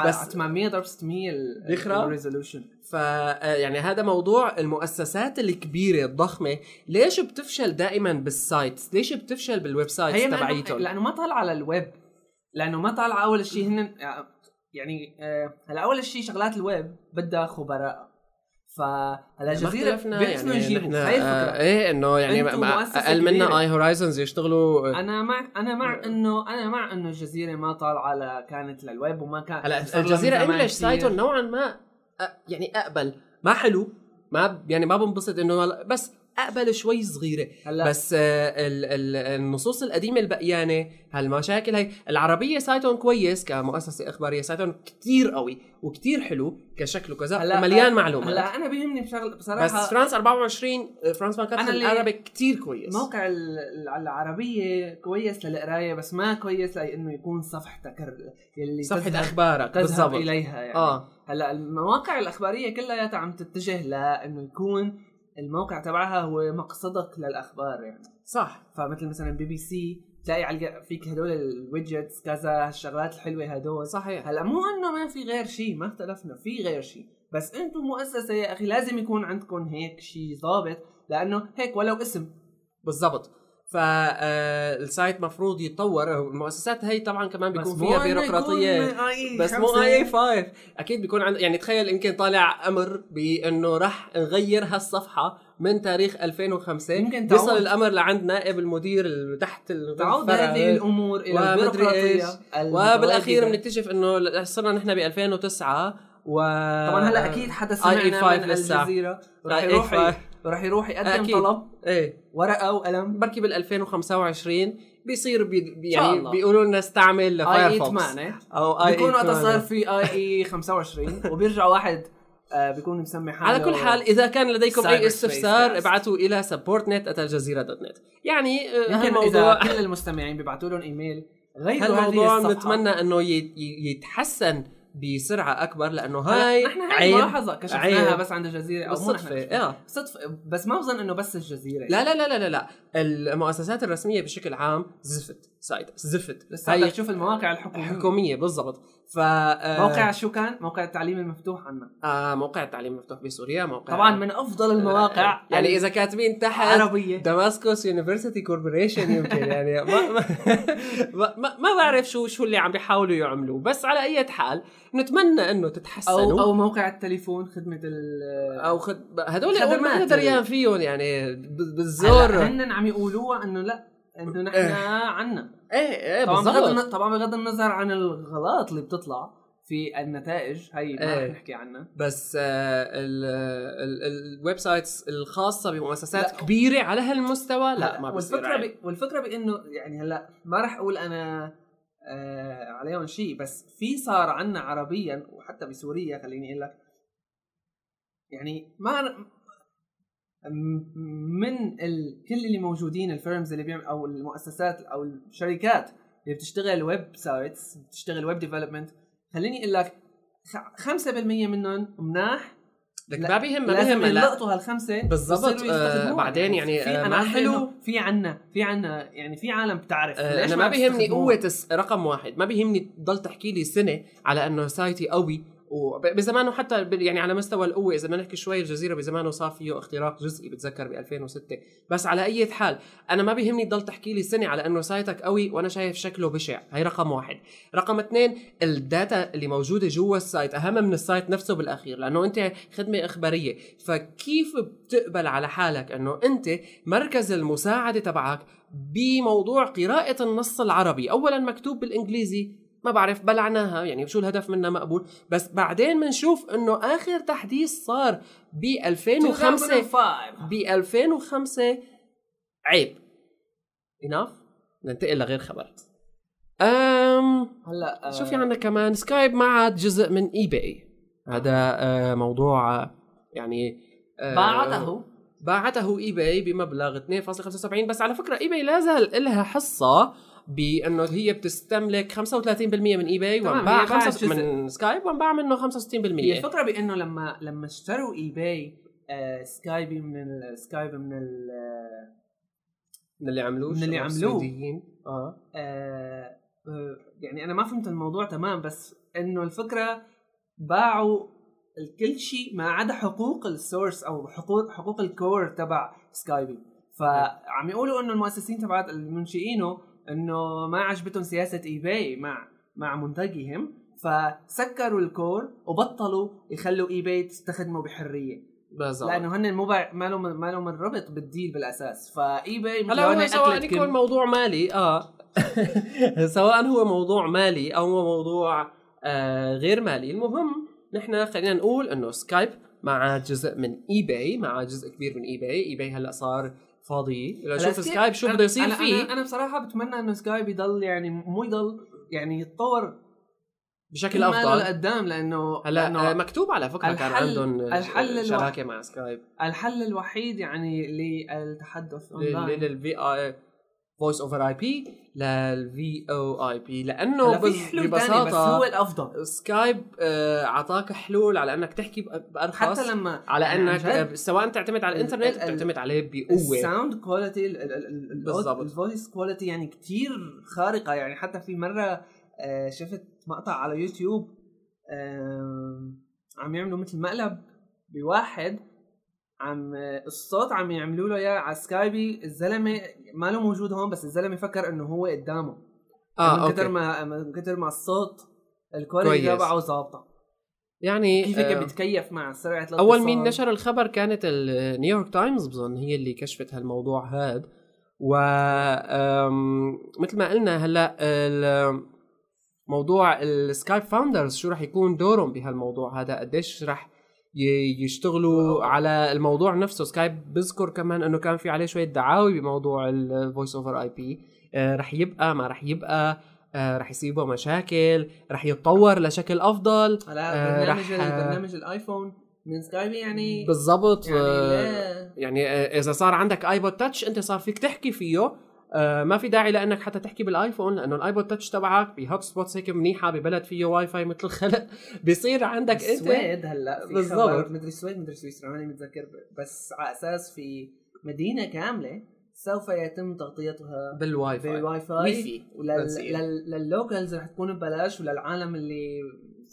S1: بس-
S2: بس 800 ضرب 600 ال-
S1: بيخرب؟
S2: الريزولوشن
S1: ف آه، يعني هذا موضوع المؤسسات الكبيره الضخمه ليش بتفشل دائما بالسايتس ليش بتفشل بالويب سايتس
S2: هي ما-
S1: تبعيتهم
S2: لانه ما طالعه على الويب لانه ما طالعه اول شيء هن يعني آه، هلا اول شيء شغلات الويب بدها خبراء فهلا
S1: ما
S2: جزيره
S1: اختلفنا
S2: بيعرفوا
S1: يعني
S2: يجيبوا
S1: نحن
S2: هاي
S1: آه
S2: الفكره
S1: ايه انه يعني ما-
S2: أنتم
S1: ما-
S2: مؤسسة
S1: اقل منا
S2: كبيرة.
S1: اي هورايزونز يشتغلوا آه،
S2: انا مع انا مع انه انا مع انه الجزيره ما طالعه ل- كانت للويب وما كان
S1: هلا
S2: صار لها من
S1: الجزيره
S2: زمان
S1: انجلش
S2: كتير.
S1: سايتهم آه، نوعا ما أ- يعني اقبل ما حلو ما ب- يعني ما بنبسط انه هلا- بس اقبله شوي صغيره
S2: هلا
S1: بس آه، ال- ال- النصوص القديمه البقيانه هالمشاكل هي العربيه سايتهم كويس كمؤسسه اخباريه سايتهم كتير قوي وكتير حلو كشكل وكذا
S2: هلا-
S1: ومليان معلومات
S2: هلا انا بيهمني بشغله
S1: بس
S2: بصراحه
S1: فرانس 24 آه، فرانس
S2: أنا
S1: مانكاتر
S2: اللي-
S1: العربي كتير كويس
S2: موقع ال- ال- العربية كويس للقراية بس ما كويس لأنه يكون صفحتك ال- يلي
S1: صفحه
S2: تذهب,
S1: اخبارك
S2: تذهب
S1: بالضبط
S2: إليها يعني
S1: اه
S2: هلا المواقع الأخبارية كلها عم تتجه لأنه يكون الموقع تبعها هو مقصدك للأخبار يعني
S1: صح
S2: فمثل مثلا بي بي سي تلاقي على الج- فيك هدول الويدجتس كذا هالشغلات الحلوة هدول
S1: صحيح
S2: هلا مو انه ما في غير شيء ما اختلفنا في غير شيء بس انتم مؤسسه يا اخي لازم يكون عندكم هيك شيء ضابط لانه هيك ولو اسم
S1: بالضبط فالسايت مفروض يتطور المؤسسات هي طبعا كمان بيكون فيها بيروقراطيه بس مو اي 5 اكيد بيكون عند يعني تخيل يمكن طالع امر بانه رح نغير هالصفحه من تاريخ 2005
S2: يمكن تعود.
S1: بيصل الامر لعند نائب المدير ال- تحت ال-
S2: تعود
S1: الفرع
S2: هذه الامور الى
S1: وما أدري إيش.
S2: البيروقراطيه
S1: وبالاخير
S2: المتواجدة.
S1: بنكتشف انه ل- صرنا نحن ب 2009 و
S2: طبعا هلا
S1: آه،
S2: اكيد حدا
S1: IE5
S2: سمعنا من
S1: لسه.
S2: الجزيره رح
S1: آي
S2: يروح
S1: إيه
S2: رح يروح يقدم
S1: أكيد.
S2: طلب
S1: ايه
S2: ورقه وقلم
S1: بركي بال 2025 بيصير بي
S2: شاء
S1: يعني
S2: الله.
S1: بيقولوا لنا استعمل
S2: اي 8
S1: فايرفوكس
S2: معناه
S1: او اي
S2: بيكون وقتها صار في اي
S1: [LAUGHS]
S2: اي 25 وبيرجع واحد آه، بيكون مسمي حاله
S1: على كل حال اذا كان لديكم
S2: Cyberspace
S1: اي استفسار
S2: Cast.
S1: ابعثوا الى supportnet@aljazeera.net يعني آه،
S2: يمكن اذا
S1: هالموضوع
S2: كل المستمعين بيبعتوا لهم ايميل غيروا هذه
S1: هالموضوع
S2: الصفحه
S1: بنتمنى انه ي- ي- يتحسن بسرعه اكبر لانه
S2: هلا،
S1: هاي
S2: نحن هاي
S1: عيب
S2: ملاحظه كشفناها
S1: عيب.
S2: بس عند الجزيره او مو
S1: بالصدفه
S2: نحن
S1: اه
S2: صدفه بس ما بظن انه بس الجزيره
S1: لا لا لا لا لا لا المؤسسات الرسميه بشكل عام زفت سايت زفت
S2: بس هلا
S1: هاي
S2: تشوف المواقع الحكوميه
S1: حكوميه بالضبط ف
S2: موقع
S1: موقع
S2: شو كان؟ موقع التعليم المفتوح عنا
S1: آه موقع التعليم المفتوح بسوريا موقع
S2: طبعا من افضل المواقع
S1: يعني اذا كاتبين تحت
S2: العربيه
S1: دماسكوس يونيفرسيتي كوربوريشن يمكن يعني ما ما, [LAUGHS] ما ما بعرف شو شو اللي عم بيحاولوا يعملوه بس على اي حال نتمنى انه
S2: او
S1: تتحسنوا
S2: او موقع التليفون خدمه ال
S1: او خد... هدول اول
S2: خدمات
S1: ما
S2: ال-
S1: دريان فيهم يعني ب-
S2: هلا
S1: بالزور
S2: هن عم يقولوها انه لا انه نحن
S1: إيه.
S2: عنا
S1: ايه ايه
S2: طبعا بغض
S1: بالضبط
S2: الن- طبعا بغض النظر عن الغلط اللي بتطلع في النتائج هي ما
S1: إيه.
S2: رح نحكي عنها
S1: بس آه، ال- ال- ال- الويب سايتس الخاصه بمؤسسات
S2: لا.
S1: كبيره على هالمستوى لا ما بصير
S2: والفكره
S1: عيب.
S2: ب... والفكره بانه يعني هلا ما راح اقول انا آه عليهم شيء بس في صار عنا عربيا وحتى بسوريا خليني اقول لك يعني ما ر- م- من ال... كل اللي موجودين الفيرمز اللي بيعمل او المؤسسات او الشركات اللي بتشتغل ويب سايتس بتشتغل ويب ديفلوبمنت خليني اقول لك خ- 5% منهم مناح
S1: لك
S2: لا،
S1: ما بيهم ما
S2: لازم
S1: بيهم لا
S2: يلقطوا هالخمسه
S1: بالضبط
S2: يصيروا يستخدموها.
S1: آه، بعدين يعني
S2: في
S1: آه،
S2: انا
S1: ما
S2: قصدي
S1: حلو
S2: إنه في عنا في عنا يعني في عالم بتعرف
S1: آه،
S2: ليش
S1: انا ما بيهمني
S2: بيستخدموها؟
S1: قوه الس- رقم واحد ما بيهمني تضل تحكي لي سنه على انه سايتي قوي وبزمانه حتى بال- يعني على مستوى القوه اذا بدنا نحكي شوي الجزيره بزمانه صار فيه اختراق جزئي بتذكر ب 2006 بس على اي حال انا ما بيهمني تضل تحكي لي سنه على انه سايتك قوي وانا شايف شكله بشع هي رقم واحد رقم اثنين الداتا اللي موجوده جوا السايت اهم من السايت نفسه بالاخير لانه انت خدمه اخباريه فكيف بتقبل على حالك انه انت مركز المساعده تبعك بموضوع قراءة النص العربي أولا مكتوب بالإنجليزي ما بعرف بلعناها يعني شو الهدف منها مقبول بس بعدين بنشوف انه اخر تحديث صار ب 2005
S2: 2005
S1: ب 2005 عيب اناف ننتقل لغير خبر أم
S2: هلا آه،
S1: شو في عندنا يعني كمان سكايب معت جزء من اي باي هذا آه، موضوع آه، يعني آه،
S2: باعته
S1: باعته اي باي بمبلغ 2.75 بس على فكره اي باي لا زال لها حصه بانه هي بتستملك 35% من اي باي
S2: تمام،
S1: وانباع
S2: هي باعت
S1: خمسة-
S2: جزء.
S1: من سكايب وانباع منه 65%
S2: هي الفكره بانه لما لما اشتروا اي باي سكايب من ال- سكايب من ال
S1: من اللي عملوه
S2: من اللي
S1: الشباب
S2: عملوه.
S1: السويديين. اه
S2: آه، آه، يعني انا ما فهمت الموضوع تمام بس انه الفكره باعوا كل شيء ما عدا حقوق السورس او حقوق حقوق الكور تبع سكايبي فعم يقولوا انه المؤسسين تبعت المنشئينه انه ما عجبتهم سياسه اي باي مع مع منتجهم فسكروا الكور وبطلوا يخلوا اي باي تستخدمه بحريه
S1: بالضبط
S2: لانه هن مو بع- ما لهم ما لهم الربط بالديل بالاساس فاي باي مثل
S1: هلا
S2: هون
S1: هو سواء
S2: أكلت
S1: يكون
S2: كل-
S1: موضوع مالي اه [LAUGHS] سواء هو موضوع مالي او هو موضوع آه غير مالي المهم نحن خلينا نقول انه سكايب مع جزء من اي باي مع جزء كبير من اي باي اي باي هلا صار فاضي لو
S2: هلا
S1: شوف
S2: سكايب-
S1: سكايب شو
S2: أنا-
S1: بده يصير
S2: أنا-
S1: فيه
S2: انا انا بصراحه بتمنى انه سكايب يضل يعني مو يضل يعني يتطور
S1: بشكل
S2: كل ماله
S1: افضل
S2: لقدام لانه
S1: هلا آه،
S2: لأنه
S1: مكتوب على فكره كان
S2: الحل-
S1: عندهم
S2: الحل
S1: الحل شراكه مع سكايب
S2: الحل الوحيد يعني للتحدث اونلاين
S1: للفي اي فويس اوفر اي بي للفي او اي بي
S2: هلا
S1: لانه
S2: في
S1: بس
S2: حلول تانية بس هو
S1: ببساطه
S2: الافضل
S1: سكايب آه، عطاك حلول على انك تحكي بأ- بارخص
S2: حتى لما
S1: على
S2: يعني
S1: انك
S2: عن جد
S1: آه، سواء تعتمد على
S2: ال-
S1: الانترنت
S2: ال-
S1: أو تعتمد عليه بقوه
S2: الساوند كواليتي
S1: بالضبط.
S2: الفويس كواليتي يعني كتير خارقه يعني حتى في مره آه، شفت مقطع على يوتيوب آم، عم يعملوا مثل مقلب بواحد عم آه، الصوت عم يعملوا له اياه على سكايبي الزلمه ما له موجود هون بس الزلمه فكر انه هو قدامه
S1: اه
S2: من كتر
S1: اوكي
S2: ما من كتر ما الصوت الكواليتي
S1: كويس.
S2: تبعه ظابطه
S1: يعني
S2: كيف
S1: آه،
S2: هيك بيتكيف مع سرعه
S1: اول
S2: الاتصال.
S1: مين نشر الخبر كانت النيويورك تايمز بظن هي اللي كشفت هالموضوع هاد و أم، مثل ما قلنا هلا ال- موضوع السكايب فاوندرز شو رح يكون دورهم بهالموضوع هذا قديش رح ي- يشتغلوا على الموضوع نفسه سكايب بذكر كمان انه كان في عليه شويه دعاوي بموضوع الفويس اوفر اي بي أه، رح يبقى ما رح يبقى آه، رح يصيبه مشاكل رح يتطور لشكل افضل آه،
S2: على برنامج
S1: رح-
S2: ال- برنامج الايفون من سكايبي يعني
S1: بالضبط
S2: يعني
S1: آه،
S2: لا
S1: يعني آه، اذا صار عندك ايبود تاتش انت صار فيك تحكي فيه آه، ما في داعي لانك حتى تحكي بالايفون لانه الايبود تاتش تبعك بهوت سبوتس هيك منيحه ببلد فيه واي فاي مثل الخلق [LAUGHS] بيصير عندك انت
S2: السويد هلا في
S1: بالضبط.
S2: بالضبط مدري السويد مدري سويسرا ماني متذكر بس على اساس في مدينه كامله سوف يتم تغطيتها
S1: بالواي فاي
S2: بالواي
S1: وي
S2: فاي
S1: في
S2: ولل...
S1: بتصير.
S2: لل... لللوكالز رح تكون ببلاش وللعالم اللي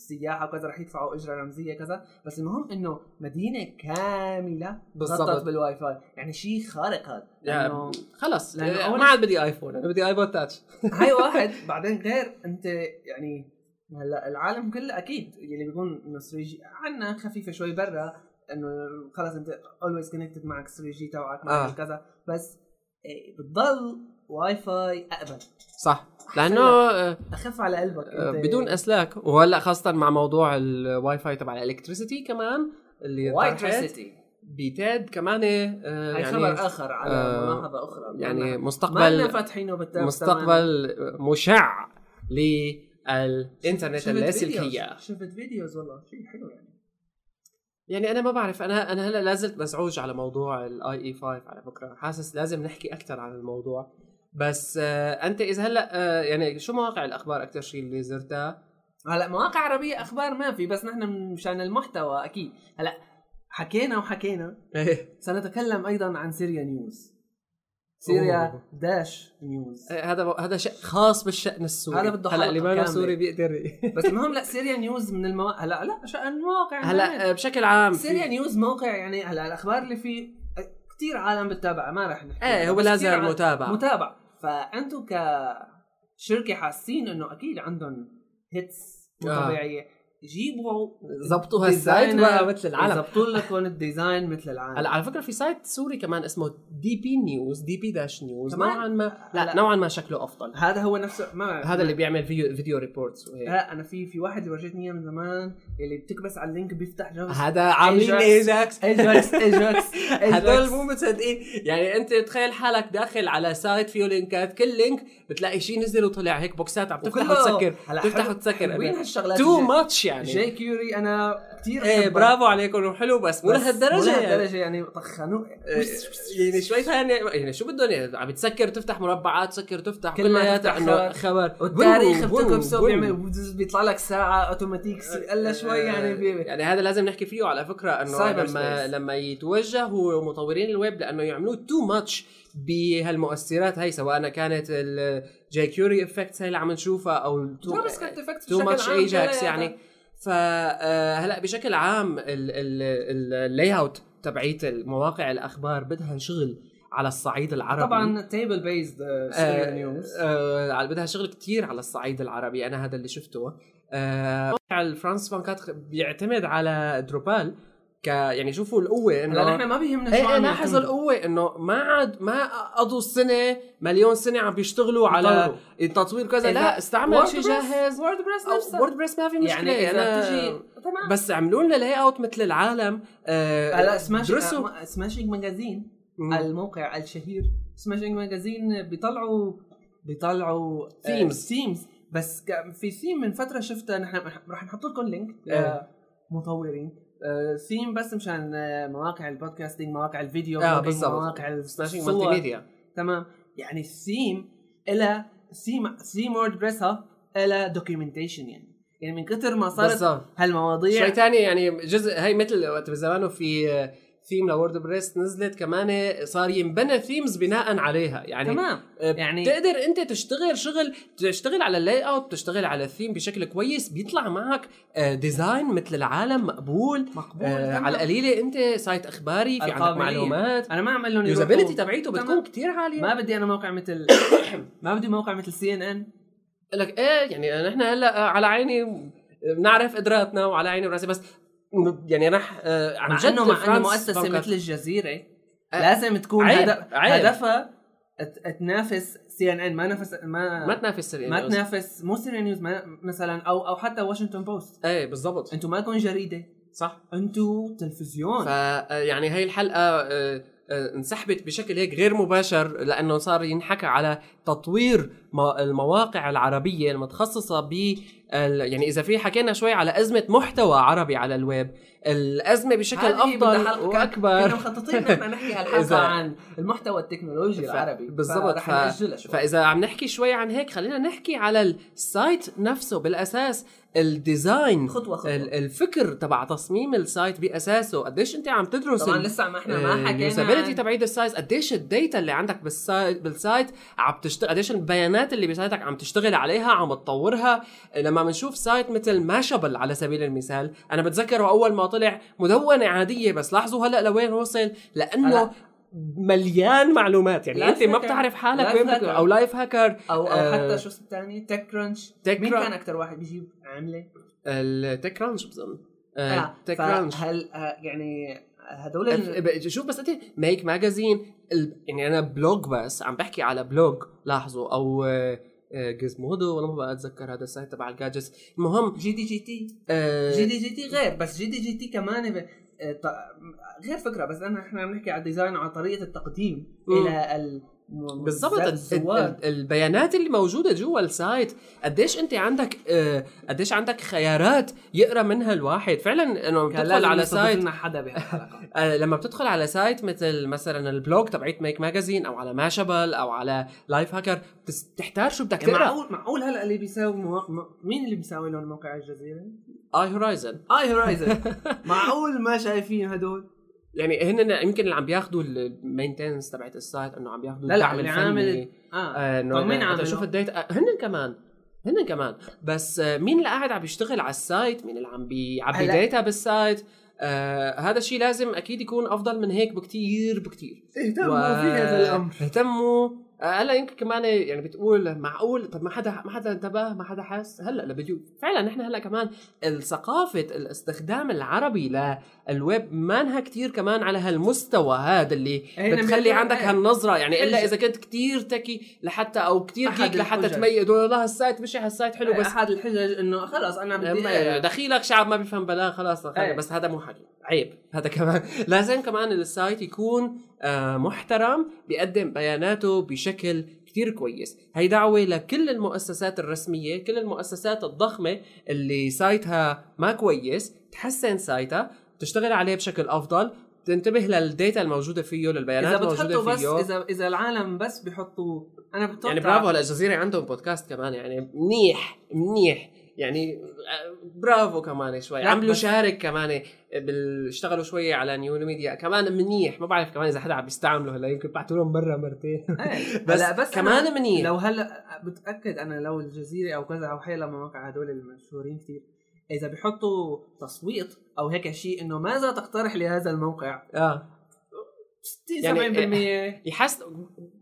S2: سياحه وكذا رح يدفعوا اجره رمزيه كذا بس المهم انه مدينه كامله غطت
S1: بالضبط
S2: بالواي فاي يعني شيء خارق هذا
S1: يا-
S2: لأنه-
S1: خلص
S2: لأنه
S1: آه،
S2: أول-
S1: ما عاد بدي ايفون انا بدي ايبود تاتش [LAUGHS]
S2: هاي واحد بعدين غير انت يعني هلا العالم كله اكيد اللي بيكون انه 3 جي عنا خفيفه شوي برا انه خلص انت اولويز كونكتد معك 3 جي تبعك معك
S1: آه.
S2: آه. كذا بس إيه، بتضل واي فاي اقبل
S1: صح لانه آه،
S2: اخف على قلبك
S1: آه،
S2: انت
S1: بدون اسلاك وهلا خاصه مع موضوع الواي فاي تبع الالكتريسيتي كمان اللي
S2: واي
S1: طرحت
S2: تريسيتي
S1: بتاد كمان آه،
S2: هاي
S1: يعني
S2: خبر اخر على
S1: آه،
S2: ملاحظه اخرى
S1: يعني
S2: ما
S1: مستقبل
S2: لنا فاتحينه بالتاب
S1: مستقبل مشع
S2: تماماً.
S1: للانترنت
S2: شفت فيديوز-
S1: اللاسلكيه
S2: شفت فيديوز والله شيء حلو يعني
S1: يعني انا ما بعرف انا انا هلا لازلت مزعوج على موضوع الاي اي 5 على فكره حاسس لازم نحكي اكثر عن الموضوع بس آه انت اذا هلا آه يعني شو مواقع الاخبار اكثر شيء اللي زرتها
S2: هلا مواقع عربيه اخبار ما في بس نحن مشان المحتوى اكيد هلا حكينا وحكينا إيه، سنتكلم ايضا عن سيريا نيوز سيريا
S1: أوه.
S2: داش نيوز
S1: آه، هذا هذا شيء خاص بالشان السوري
S2: هذا
S1: هلا
S2: بده حلقة
S1: اللي ما
S2: كاملة.
S1: سوري بيقدر ي-
S2: بس المهم لا سيريا نيوز من المو... هلا لا شأن مواقع
S1: هلا
S2: هلا
S1: آه، بشكل عام في-
S2: سيريا نيوز موقع يعني هلا الاخبار اللي فيه كثير عالم بتتابعها ما رح نحكي
S1: ايه هو
S2: بس كتير
S1: لازم
S2: عالم-
S1: متابعه
S2: متابعة فانتم كشركه حاسين انه اكيد عندهم هيتس مو
S1: آه.
S2: طبيعيه جيبوا
S1: ظبطوا هالسايت بقى مثل العالم
S2: يظبطوا لكم الديزاين مثل العالم
S1: هلا على فكره في سايت سوري كمان اسمه دي بي نيوز دي بي داش نيوز
S2: كمان؟
S1: نوعا ما لا
S2: هلا.
S1: نوعا ما شكله افضل
S2: هذا هو نفسه ما
S1: هذا اللي بيعمل فيديو فيديو ريبورتس وهيك
S2: لا انا في في واحد اللي ورجتني اياه من زمان اللي بتكبس على اللينك بيفتح إيه، جوز
S1: هذا عاملين ايجاكس
S2: ايجاكس ايجاكس
S1: هدول مو مصدقين يعني انت تخيل حالك داخل على سايت فيه لينكات كل لينك بتلاقي شيء نزل وطلع هيك بوكسات عم تفتح وتسكر تفتح
S2: وين
S1: وتسكر
S2: هالشغلات إيه،
S1: تو
S2: جاي-
S1: ماتش يعني
S2: جاي كيوري انا كثير
S1: ايه برافو عليكم وحلو بس مو لهالدرجه يعني
S2: لهالدرجه يعني طخنوا
S1: يعني شوي ثانية يعني شو بدهم يعني عم تسكر تفتح مربعات تسكر تفتح
S2: كل ما
S1: كلياتها
S2: تفتح
S1: انه خبر
S2: والتاريخ
S1: بوم، بوم،
S2: بتكتب سو
S1: بوم.
S2: بيعمل بوز- بيطلع لك ساعه اوتوماتيك الا شوي يعني بي-
S1: يعني هذا لازم نحكي فيه على فكره انه
S2: Cyber
S1: لما
S2: space.
S1: لما يتوجهوا مطورين الويب لانه يعملوا تو ماتش بهالمؤثرات هي سواء كانت الجاي كيوري افكتس هي اللي عم نشوفها او
S2: جافا سكريبت effects
S1: تو
S2: بشكل
S1: ماتش
S2: عام آه.
S1: ايجاكس
S2: كلياتها.
S1: يعني فهلا بشكل عام اللاي اوت تبعيت المواقع الاخبار بدها شغل على الصعيد العربي
S2: طبعا تيبل بيزد
S1: آه،
S2: نيوز
S1: آه، على بدها شغل كتير على الصعيد العربي انا هذا اللي شفته آه، موقع الفرانس فانكات بيعتمد على دروبال ك يعني شوفوا القوه انه
S2: هلا نحن إيه، ما بيهمنا شو طيب.
S1: ايه ايه
S2: عم
S1: لاحظ
S2: يعتمدوا.
S1: القوة انه ما عاد ما قضوا السنة مليون سنة عم بيشتغلوا على التطوير كذا
S2: إذا
S1: لا استعمل شيء
S2: WordPress-
S1: جاهز
S2: ووردبريس نفسه
S1: ووردبريس ما في مشكلة
S2: يعني اذا تجي تمام
S1: آه. بس عملوا لنا لاي اوت مثل العالم آه
S2: هلا سماشينج
S1: درسوا
S2: سماشينج ماجازين
S1: مم.
S2: آه، الموقع الشهير سماشينج ماجازين بيطلعوا بيطلعوا
S1: آه، Themes.
S2: ثيمز بس ك- في ثيم من فتره شفتها نحن رح نحط لكم لينك
S1: إيه.
S2: مطورين ثيم بس مشان آه، مواقع البودكاستنج مواقع الفيديو
S1: آه،
S2: مواقع-
S1: بالضبط.
S2: مواقع السماشينج
S1: سماشينج مالتي ميديا
S2: تمام يعني الثيم إلها ثيم ثيم ووردبريسها إلها دوكيومنتيشن يعني يعني من كثر ما صارت
S1: بالضبط شيء
S2: هالمواضيع
S1: ثاني يعني جزء هي مثل وقت بزمانه في آه، ثيم لوردبريس نزلت كمان آه، صار ينبنى ثيمز بناء عليها يعني
S2: تمام يعني-
S1: يعني بتقدر انت تشتغل شغل تشتغل على اللاي اوت تشتغل على الثيم بشكل كويس بيطلع معك آه، ديزاين مثل العالم مقبول
S2: مقبول
S1: آه،
S2: تمام.
S1: على القليله انت سايت اخباري في عندك
S2: القابلية.
S1: معلومات
S2: انا ما اعمل لهم
S1: اليوزابيلتي
S2: يروحوا-
S1: تبعيته بتكون
S2: تمام.
S1: كتير عاليه
S2: ما بدي انا موقع
S1: [COUGHS]
S2: مثل ما بدي موقع مثل سي ان ان
S1: بقول لك ايه يعني نحن هلا على عيني بنعرف قدراتنا وعلى عيني وراسي بس يعني انا ح- آه، عن
S2: مع
S1: جد
S2: انه مع انه
S1: فرانس
S2: مؤسسه
S1: فوكر.
S2: مثل الجزيره
S1: أه،
S2: لازم تكون
S1: عيب،
S2: هدف
S1: عيب.
S2: هدفها ت- تنافس سي ان ان ما نفس ما
S1: ما تنافس سريع
S2: ما تنافس مو سي نيوز ما- مثلا او او حتى واشنطن بوست
S1: ايه بالضبط
S2: انتم ما تكون جريده
S1: صح
S2: انتم تلفزيون
S1: فيعني يعني هاي الحلقه آه، آه، انسحبت بشكل هيك غير مباشر لانه صار ينحكى على تطوير مو- المواقع العربيه المتخصصه ب ال- يعني اذا في حكينا شوي على ازمه محتوى عربي على الويب الازمه بشكل
S2: هذه بدها
S1: افضل
S2: حلقة كنا
S1: واكبر
S2: مخططين نحن نحكي
S1: [LAUGHS]
S2: هالحلقه
S1: إذا-
S2: عن المحتوى التكنولوجي
S1: ف-
S2: العربي
S1: بالضبط،
S2: رح
S1: ف-
S2: ناجلها شوي
S1: فاذا عم نحكي شوي عن هيك خلينا نحكي على السايت نفسه بالاساس الديزاين
S2: خطوه خطوه
S1: ال- الفكر تبع تصميم السايت باساسه قديش انت عم تدرس
S2: طبعا
S1: ال-
S2: لسه ما
S1: آه،
S2: احنا ما حكينا
S1: اليوزابيلتي
S2: عن-
S1: تبعيد إيه، السايز قديش الداتا اللي عندك بالسايت بالسايت عم تشتغل قديش البيانات اللي بسايتك عم تشتغل عليها عم تطورها لما بنشوف سايت مثل ماشابل على سبيل المثال انا بتذكره اول ما طلع مدونه عاديه بس لاحظوا هلا لوين وصل لانه
S2: هلا.
S1: مليان معلومات يعني
S2: لايف
S1: انت ما
S2: هاكر.
S1: بتعرف حالك
S2: لايف
S1: وين
S2: هاكر.
S1: بدك- او لايف هاكر
S2: او او
S1: آه،
S2: حتى شو اسمه الثاني تك كرانش
S1: تك
S2: مين
S1: كرانش.
S2: كان اكثر واحد بيجيب عمله؟
S1: التك كرانش بظن آه،
S2: آه،
S1: تك كرانش
S2: فهل آه، يعني هدول
S1: أف-
S2: ال-
S1: ب- شوف بس انت ميك ماجازين ال... يعني انا بلوج بس عم بحكي على بلوج لاحظوا او جزمودو والله ما بقى اتذكر هذا السايت تبع الجادجتس المهم
S2: جي دي جي تي
S1: آه،
S2: جي دي جي تي غير بس جي دي جي تي كمان ب- آه، ط- غير فكره بس انا احنا عم نحكي على الديزاين وعلى طريقه التقديم
S1: مم.
S2: الى ال- م-
S1: بالضبط
S2: الز-
S1: ال-
S2: الزوار
S1: ال- البيانات اللي موجوده جوا السايت قديش انت عندك آه، قديش عندك خيارات يقرا منها الواحد فعلا انه
S2: كان
S1: بتدخل على
S2: نستضيف
S1: سايت
S2: لنا حدا
S1: [LAUGHS]
S2: بهالحلقه
S1: آه، لما بتدخل على سايت مثل مثلا البلوج تبعت ميك ماجازين او على ماشابل او على لايف هاكر بتس- بتحتار شو بدك
S2: يعني
S1: تقرا
S2: معقول معقول هلا اللي بيساوي مواق... م- مين اللي بيساوي لهم موقع الجزيره؟
S1: اي هورايزن
S2: اي هورايزن [LAUGHS] معقول ما شايفين هدول؟
S1: يعني هن يمكن اللي عم بياخذوا المينتنس تبعت السايت انه عم بياخذوا
S2: لا لا
S1: الدعم
S2: اللي
S1: الفني.
S2: عامل اه
S1: آه، انه
S2: طب مين
S1: أنا-
S2: عامله؟
S1: شوف الداتا هن كمان هن كمان بس آه، مين اللي قاعد عم بيشتغل على السايت مين اللي عم بيعبي
S2: هلا.
S1: داتا بالسايت آه هذا الشيء لازم اكيد يكون افضل من هيك بكتير بكتير
S2: [LAUGHS] اهتموا
S1: و-
S2: في هذا الامر
S1: اهتموا آه، هلا يمكن كمان يعني بتقول معقول طب ما حدا ما حدا انتبه ما حدا حس هلا لبديو فعلا نحن هلا كمان الثقافه الاستخدام العربي للويب مانها كتير كمان على هالمستوى هذا اللي
S2: هنا
S1: بتخلي
S2: بيعتبر-
S1: عندك
S2: إيه.
S1: هالنظره يعني الا
S2: حجة.
S1: اذا كنت كتير تكي لحتى او كتير
S2: أحد
S1: كيك لحتى
S2: الحجج.
S1: تميز والله هالسايت مشي هالسايت حلو بس يعني
S2: احد إيه، الحجج انه خلص انا بدي
S1: أما دخيلك شعب ما بيفهم بلا خلاص خلي.
S2: إيه.
S1: بس هذا مو حكي عيب هذا كمان [LAUGHS] لازم كمان السايت يكون آه، محترم بيقدم بياناته بشكل كتير كويس هي دعوة لكل المؤسسات الرسمية كل المؤسسات الضخمة اللي سايتها ما كويس تحسن سايتها تشتغل عليه بشكل أفضل تنتبه للداتا الموجودة فيه
S2: اذا
S1: للبيانات
S2: بتحطوا
S1: الموجودة
S2: بس
S1: فيه
S2: اذا اذا العالم بس بيحطوا انا بتوقع
S1: يعني برافو هلا الجزيرة عندهم بودكاست كمان يعني منيح منيح يعني آه، برافو كمان شوي
S2: لا،
S1: عملوا
S2: بس-
S1: شارك كمان آه، بال... اشتغلوا شوي على نيو ميديا كمان منيح ما بعرف كمان اذا حدا عم بيستعمله هلا يمكن بعتوا لهم مره مرتين [LAUGHS]
S2: إيه.
S1: بس,
S2: هلا
S1: بس
S2: بس
S1: كمان
S2: أنا
S1: منيح
S2: لو هلا بتاكد انا لو الجزيره او كذا او حيلا مواقع هدول المشهورين كثير اذا بيحطوا تصويت او هيك شيء انه ماذا تقترح لهذا الموقع
S1: اه
S2: 60
S1: يعني-
S2: 70%
S1: يحس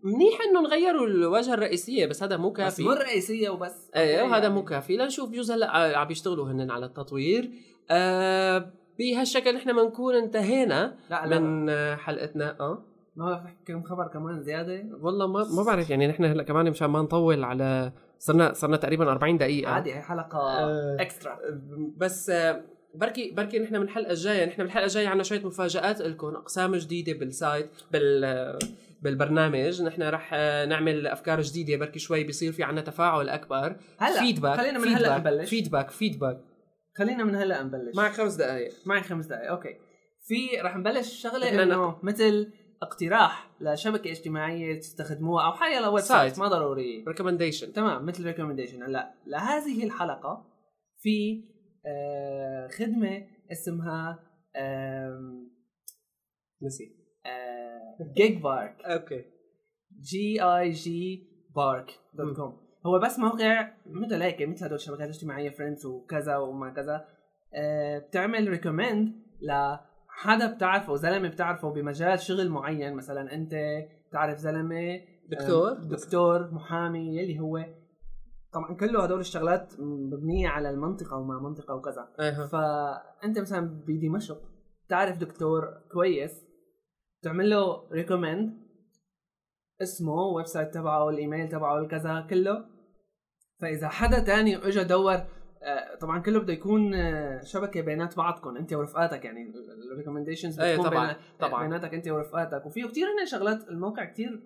S1: منيح انه غيروا الواجهه الرئيسيه بس هذا مو
S2: بس
S1: كافي
S2: مو الرئيسيه وبس
S1: ايه وهذا
S2: يعني.
S1: مو كافي لنشوف بجوز هلا عم يشتغلوا هن على التطوير آه بهالشكل نحن بنكون انتهينا
S2: لا لا من...
S1: من آه، حلقتنا اه
S2: ما بعرف أحكي كم خبر كمان زياده
S1: والله ما ما بعرف يعني نحن هلا كمان مشان ما نطول على صرنا صرنا تقريبا 40 دقيقه
S2: عادي هي حلقه
S1: آه.
S2: اكسترا
S1: بس آه، بركي بركي نحن من الحلقه الجايه نحن بالحلقه الجايه عنا شويه مفاجات لكم اقسام جديده بالسايت بال آه، بالبرنامج نحن رح آه، نعمل افكار جديده بركي شوي بيصير في عنا تفاعل اكبر
S2: هلا
S1: فيدباك
S2: خلينا من هلا نبلش
S1: فيدباك فيدباك
S2: خلينا من هلا نبلش
S1: معك خمس دقائق
S2: معي خمس دقائق اوكي في رح نبلش
S1: بدنا
S2: شغله انه مثل اقتراح لشبكه اجتماعيه تستخدموها او حتى لويب
S1: سايت.
S2: سايت ما ضروري
S1: ريكومنديشن
S2: تمام مثل ريكومنديشن هلا لهذه الحلقه في آه خدمه اسمها
S1: نسيت
S2: جيج بارك
S1: اوكي
S2: جي اي جي بارك دوت كوم هو بس موقع مثل هيك مثل هدول الشبكات الاجتماعيه فريندز وكذا وما كذا آه، بتعمل ريكومند لحدا بتعرفه زلمه بتعرفه بمجال شغل معين مثلا انت بتعرف زلمه آه،
S1: دكتور
S2: دكتور محامي يلي هو طبعا كله هدول الشغلات مبنيه على المنطقه وما منطقه وكذا
S1: اها
S2: فانت مثلا بدمشق تعرف دكتور كويس تعمل له ريكومند اسمه ويب سايت تبعه الايميل تبعه الكذا كله فاذا حدا تاني اجى دور آه، طبعا كله بده يكون آه، شبكه بينات بعضكم انت ورفقاتك يعني الريكومنديشنز
S1: إيه،
S2: بتكون
S1: طبعاً،
S2: بين-
S1: طبعاً.
S2: بيناتك انت ورفقاتك وفيه كتير هنا شغلات الموقع كتير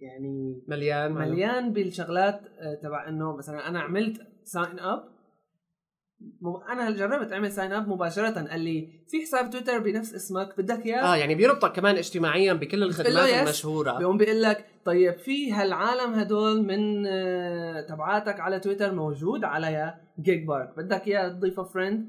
S2: يعني
S1: مليان
S2: مليان بالشغلات آه، تبع انه مثلا انا عملت ساين اب انا هل جربت اعمل ساين اب مباشره قال لي في حساب تويتر بنفس اسمك بدك اياه
S1: اه يعني بيربطك كمان اجتماعيا بكل
S2: بتقول له
S1: الخدمات
S2: يس.
S1: المشهوره
S2: بيقوم بيقول لك طيب في هالعالم هدول من آه، تبعاتك على تويتر موجود على جيج بارك بدك اياه تضيفه فريند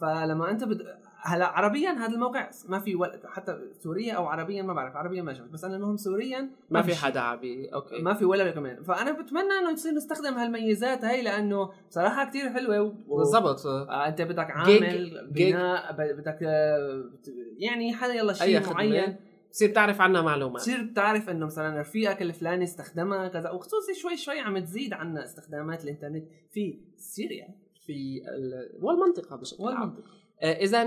S2: فلما انت بد... هلا عربيا هذا الموقع ما في وقت حتى سوريا او عربيا ما بعرف عربيا ما شفت بس انا المهم سوريا
S1: ما في
S2: بمشي.
S1: حدا عبي اوكي
S2: ما في ولا كمان فانا بتمنى انه يصير نستخدم هالميزات هاي لانه صراحه كتير حلوه و...
S1: بالضبط
S2: آه انت بدك
S1: جيج-
S2: عامل بناء ب- بدك آه، بت- يعني حدا يلا
S1: أي
S2: شيء
S1: خدمة.
S2: معين
S1: بصير بتعرف عنا معلومات
S2: بتصير بتعرف انه مثلا رفيقك الفلاني استخدمها كذا وخصوصي شوي شوي عم تزيد عنا استخدامات الانترنت في
S1: نعم.
S2: سوريا
S1: في ال... والمنطقه بشكل عام
S2: والمنطقه
S1: اذا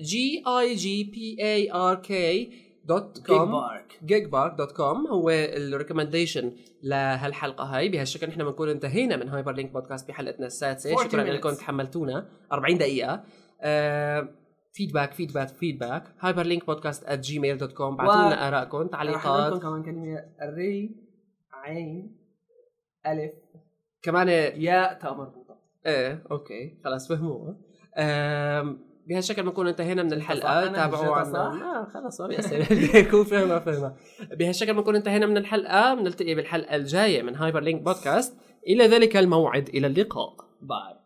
S1: جي اي جي بي اي ار كي دوت
S2: جيج
S1: كوم
S2: بارك
S1: جيجبارك دوت كوم هو الريكومنديشن لهالحلقه هاي بهالشكل نحن بنكون انتهينا من هايبر لينك بودكاست بحلقتنا السادسه
S2: 40
S1: شكرا
S2: minutes.
S1: لكم تحملتونا أه، 40 دقيقه فيدباك فيدباك فيدباك هايبر لينك بودكاست at جيميل دوت كوم بعتوا ارائكم
S2: رح أقول لكم
S1: تعليقات
S2: كمان كلمه ري عين الف
S1: كمان
S2: ياء تاء مربوطه
S1: ايه اوكي خلاص فهموها آم، بهالشكل بنكون انتهينا من
S2: صح،
S1: الحلقه
S2: أنا
S1: تابعوا
S2: هجيتها
S1: عنا آه خلاص ما بيأثر يكون فهمها فهمها بهالشكل بنكون انتهينا من الحلقه بنلتقي بالحلقه الجايه من هايبر لينك بودكاست الى ذلك الموعد الى اللقاء
S2: باي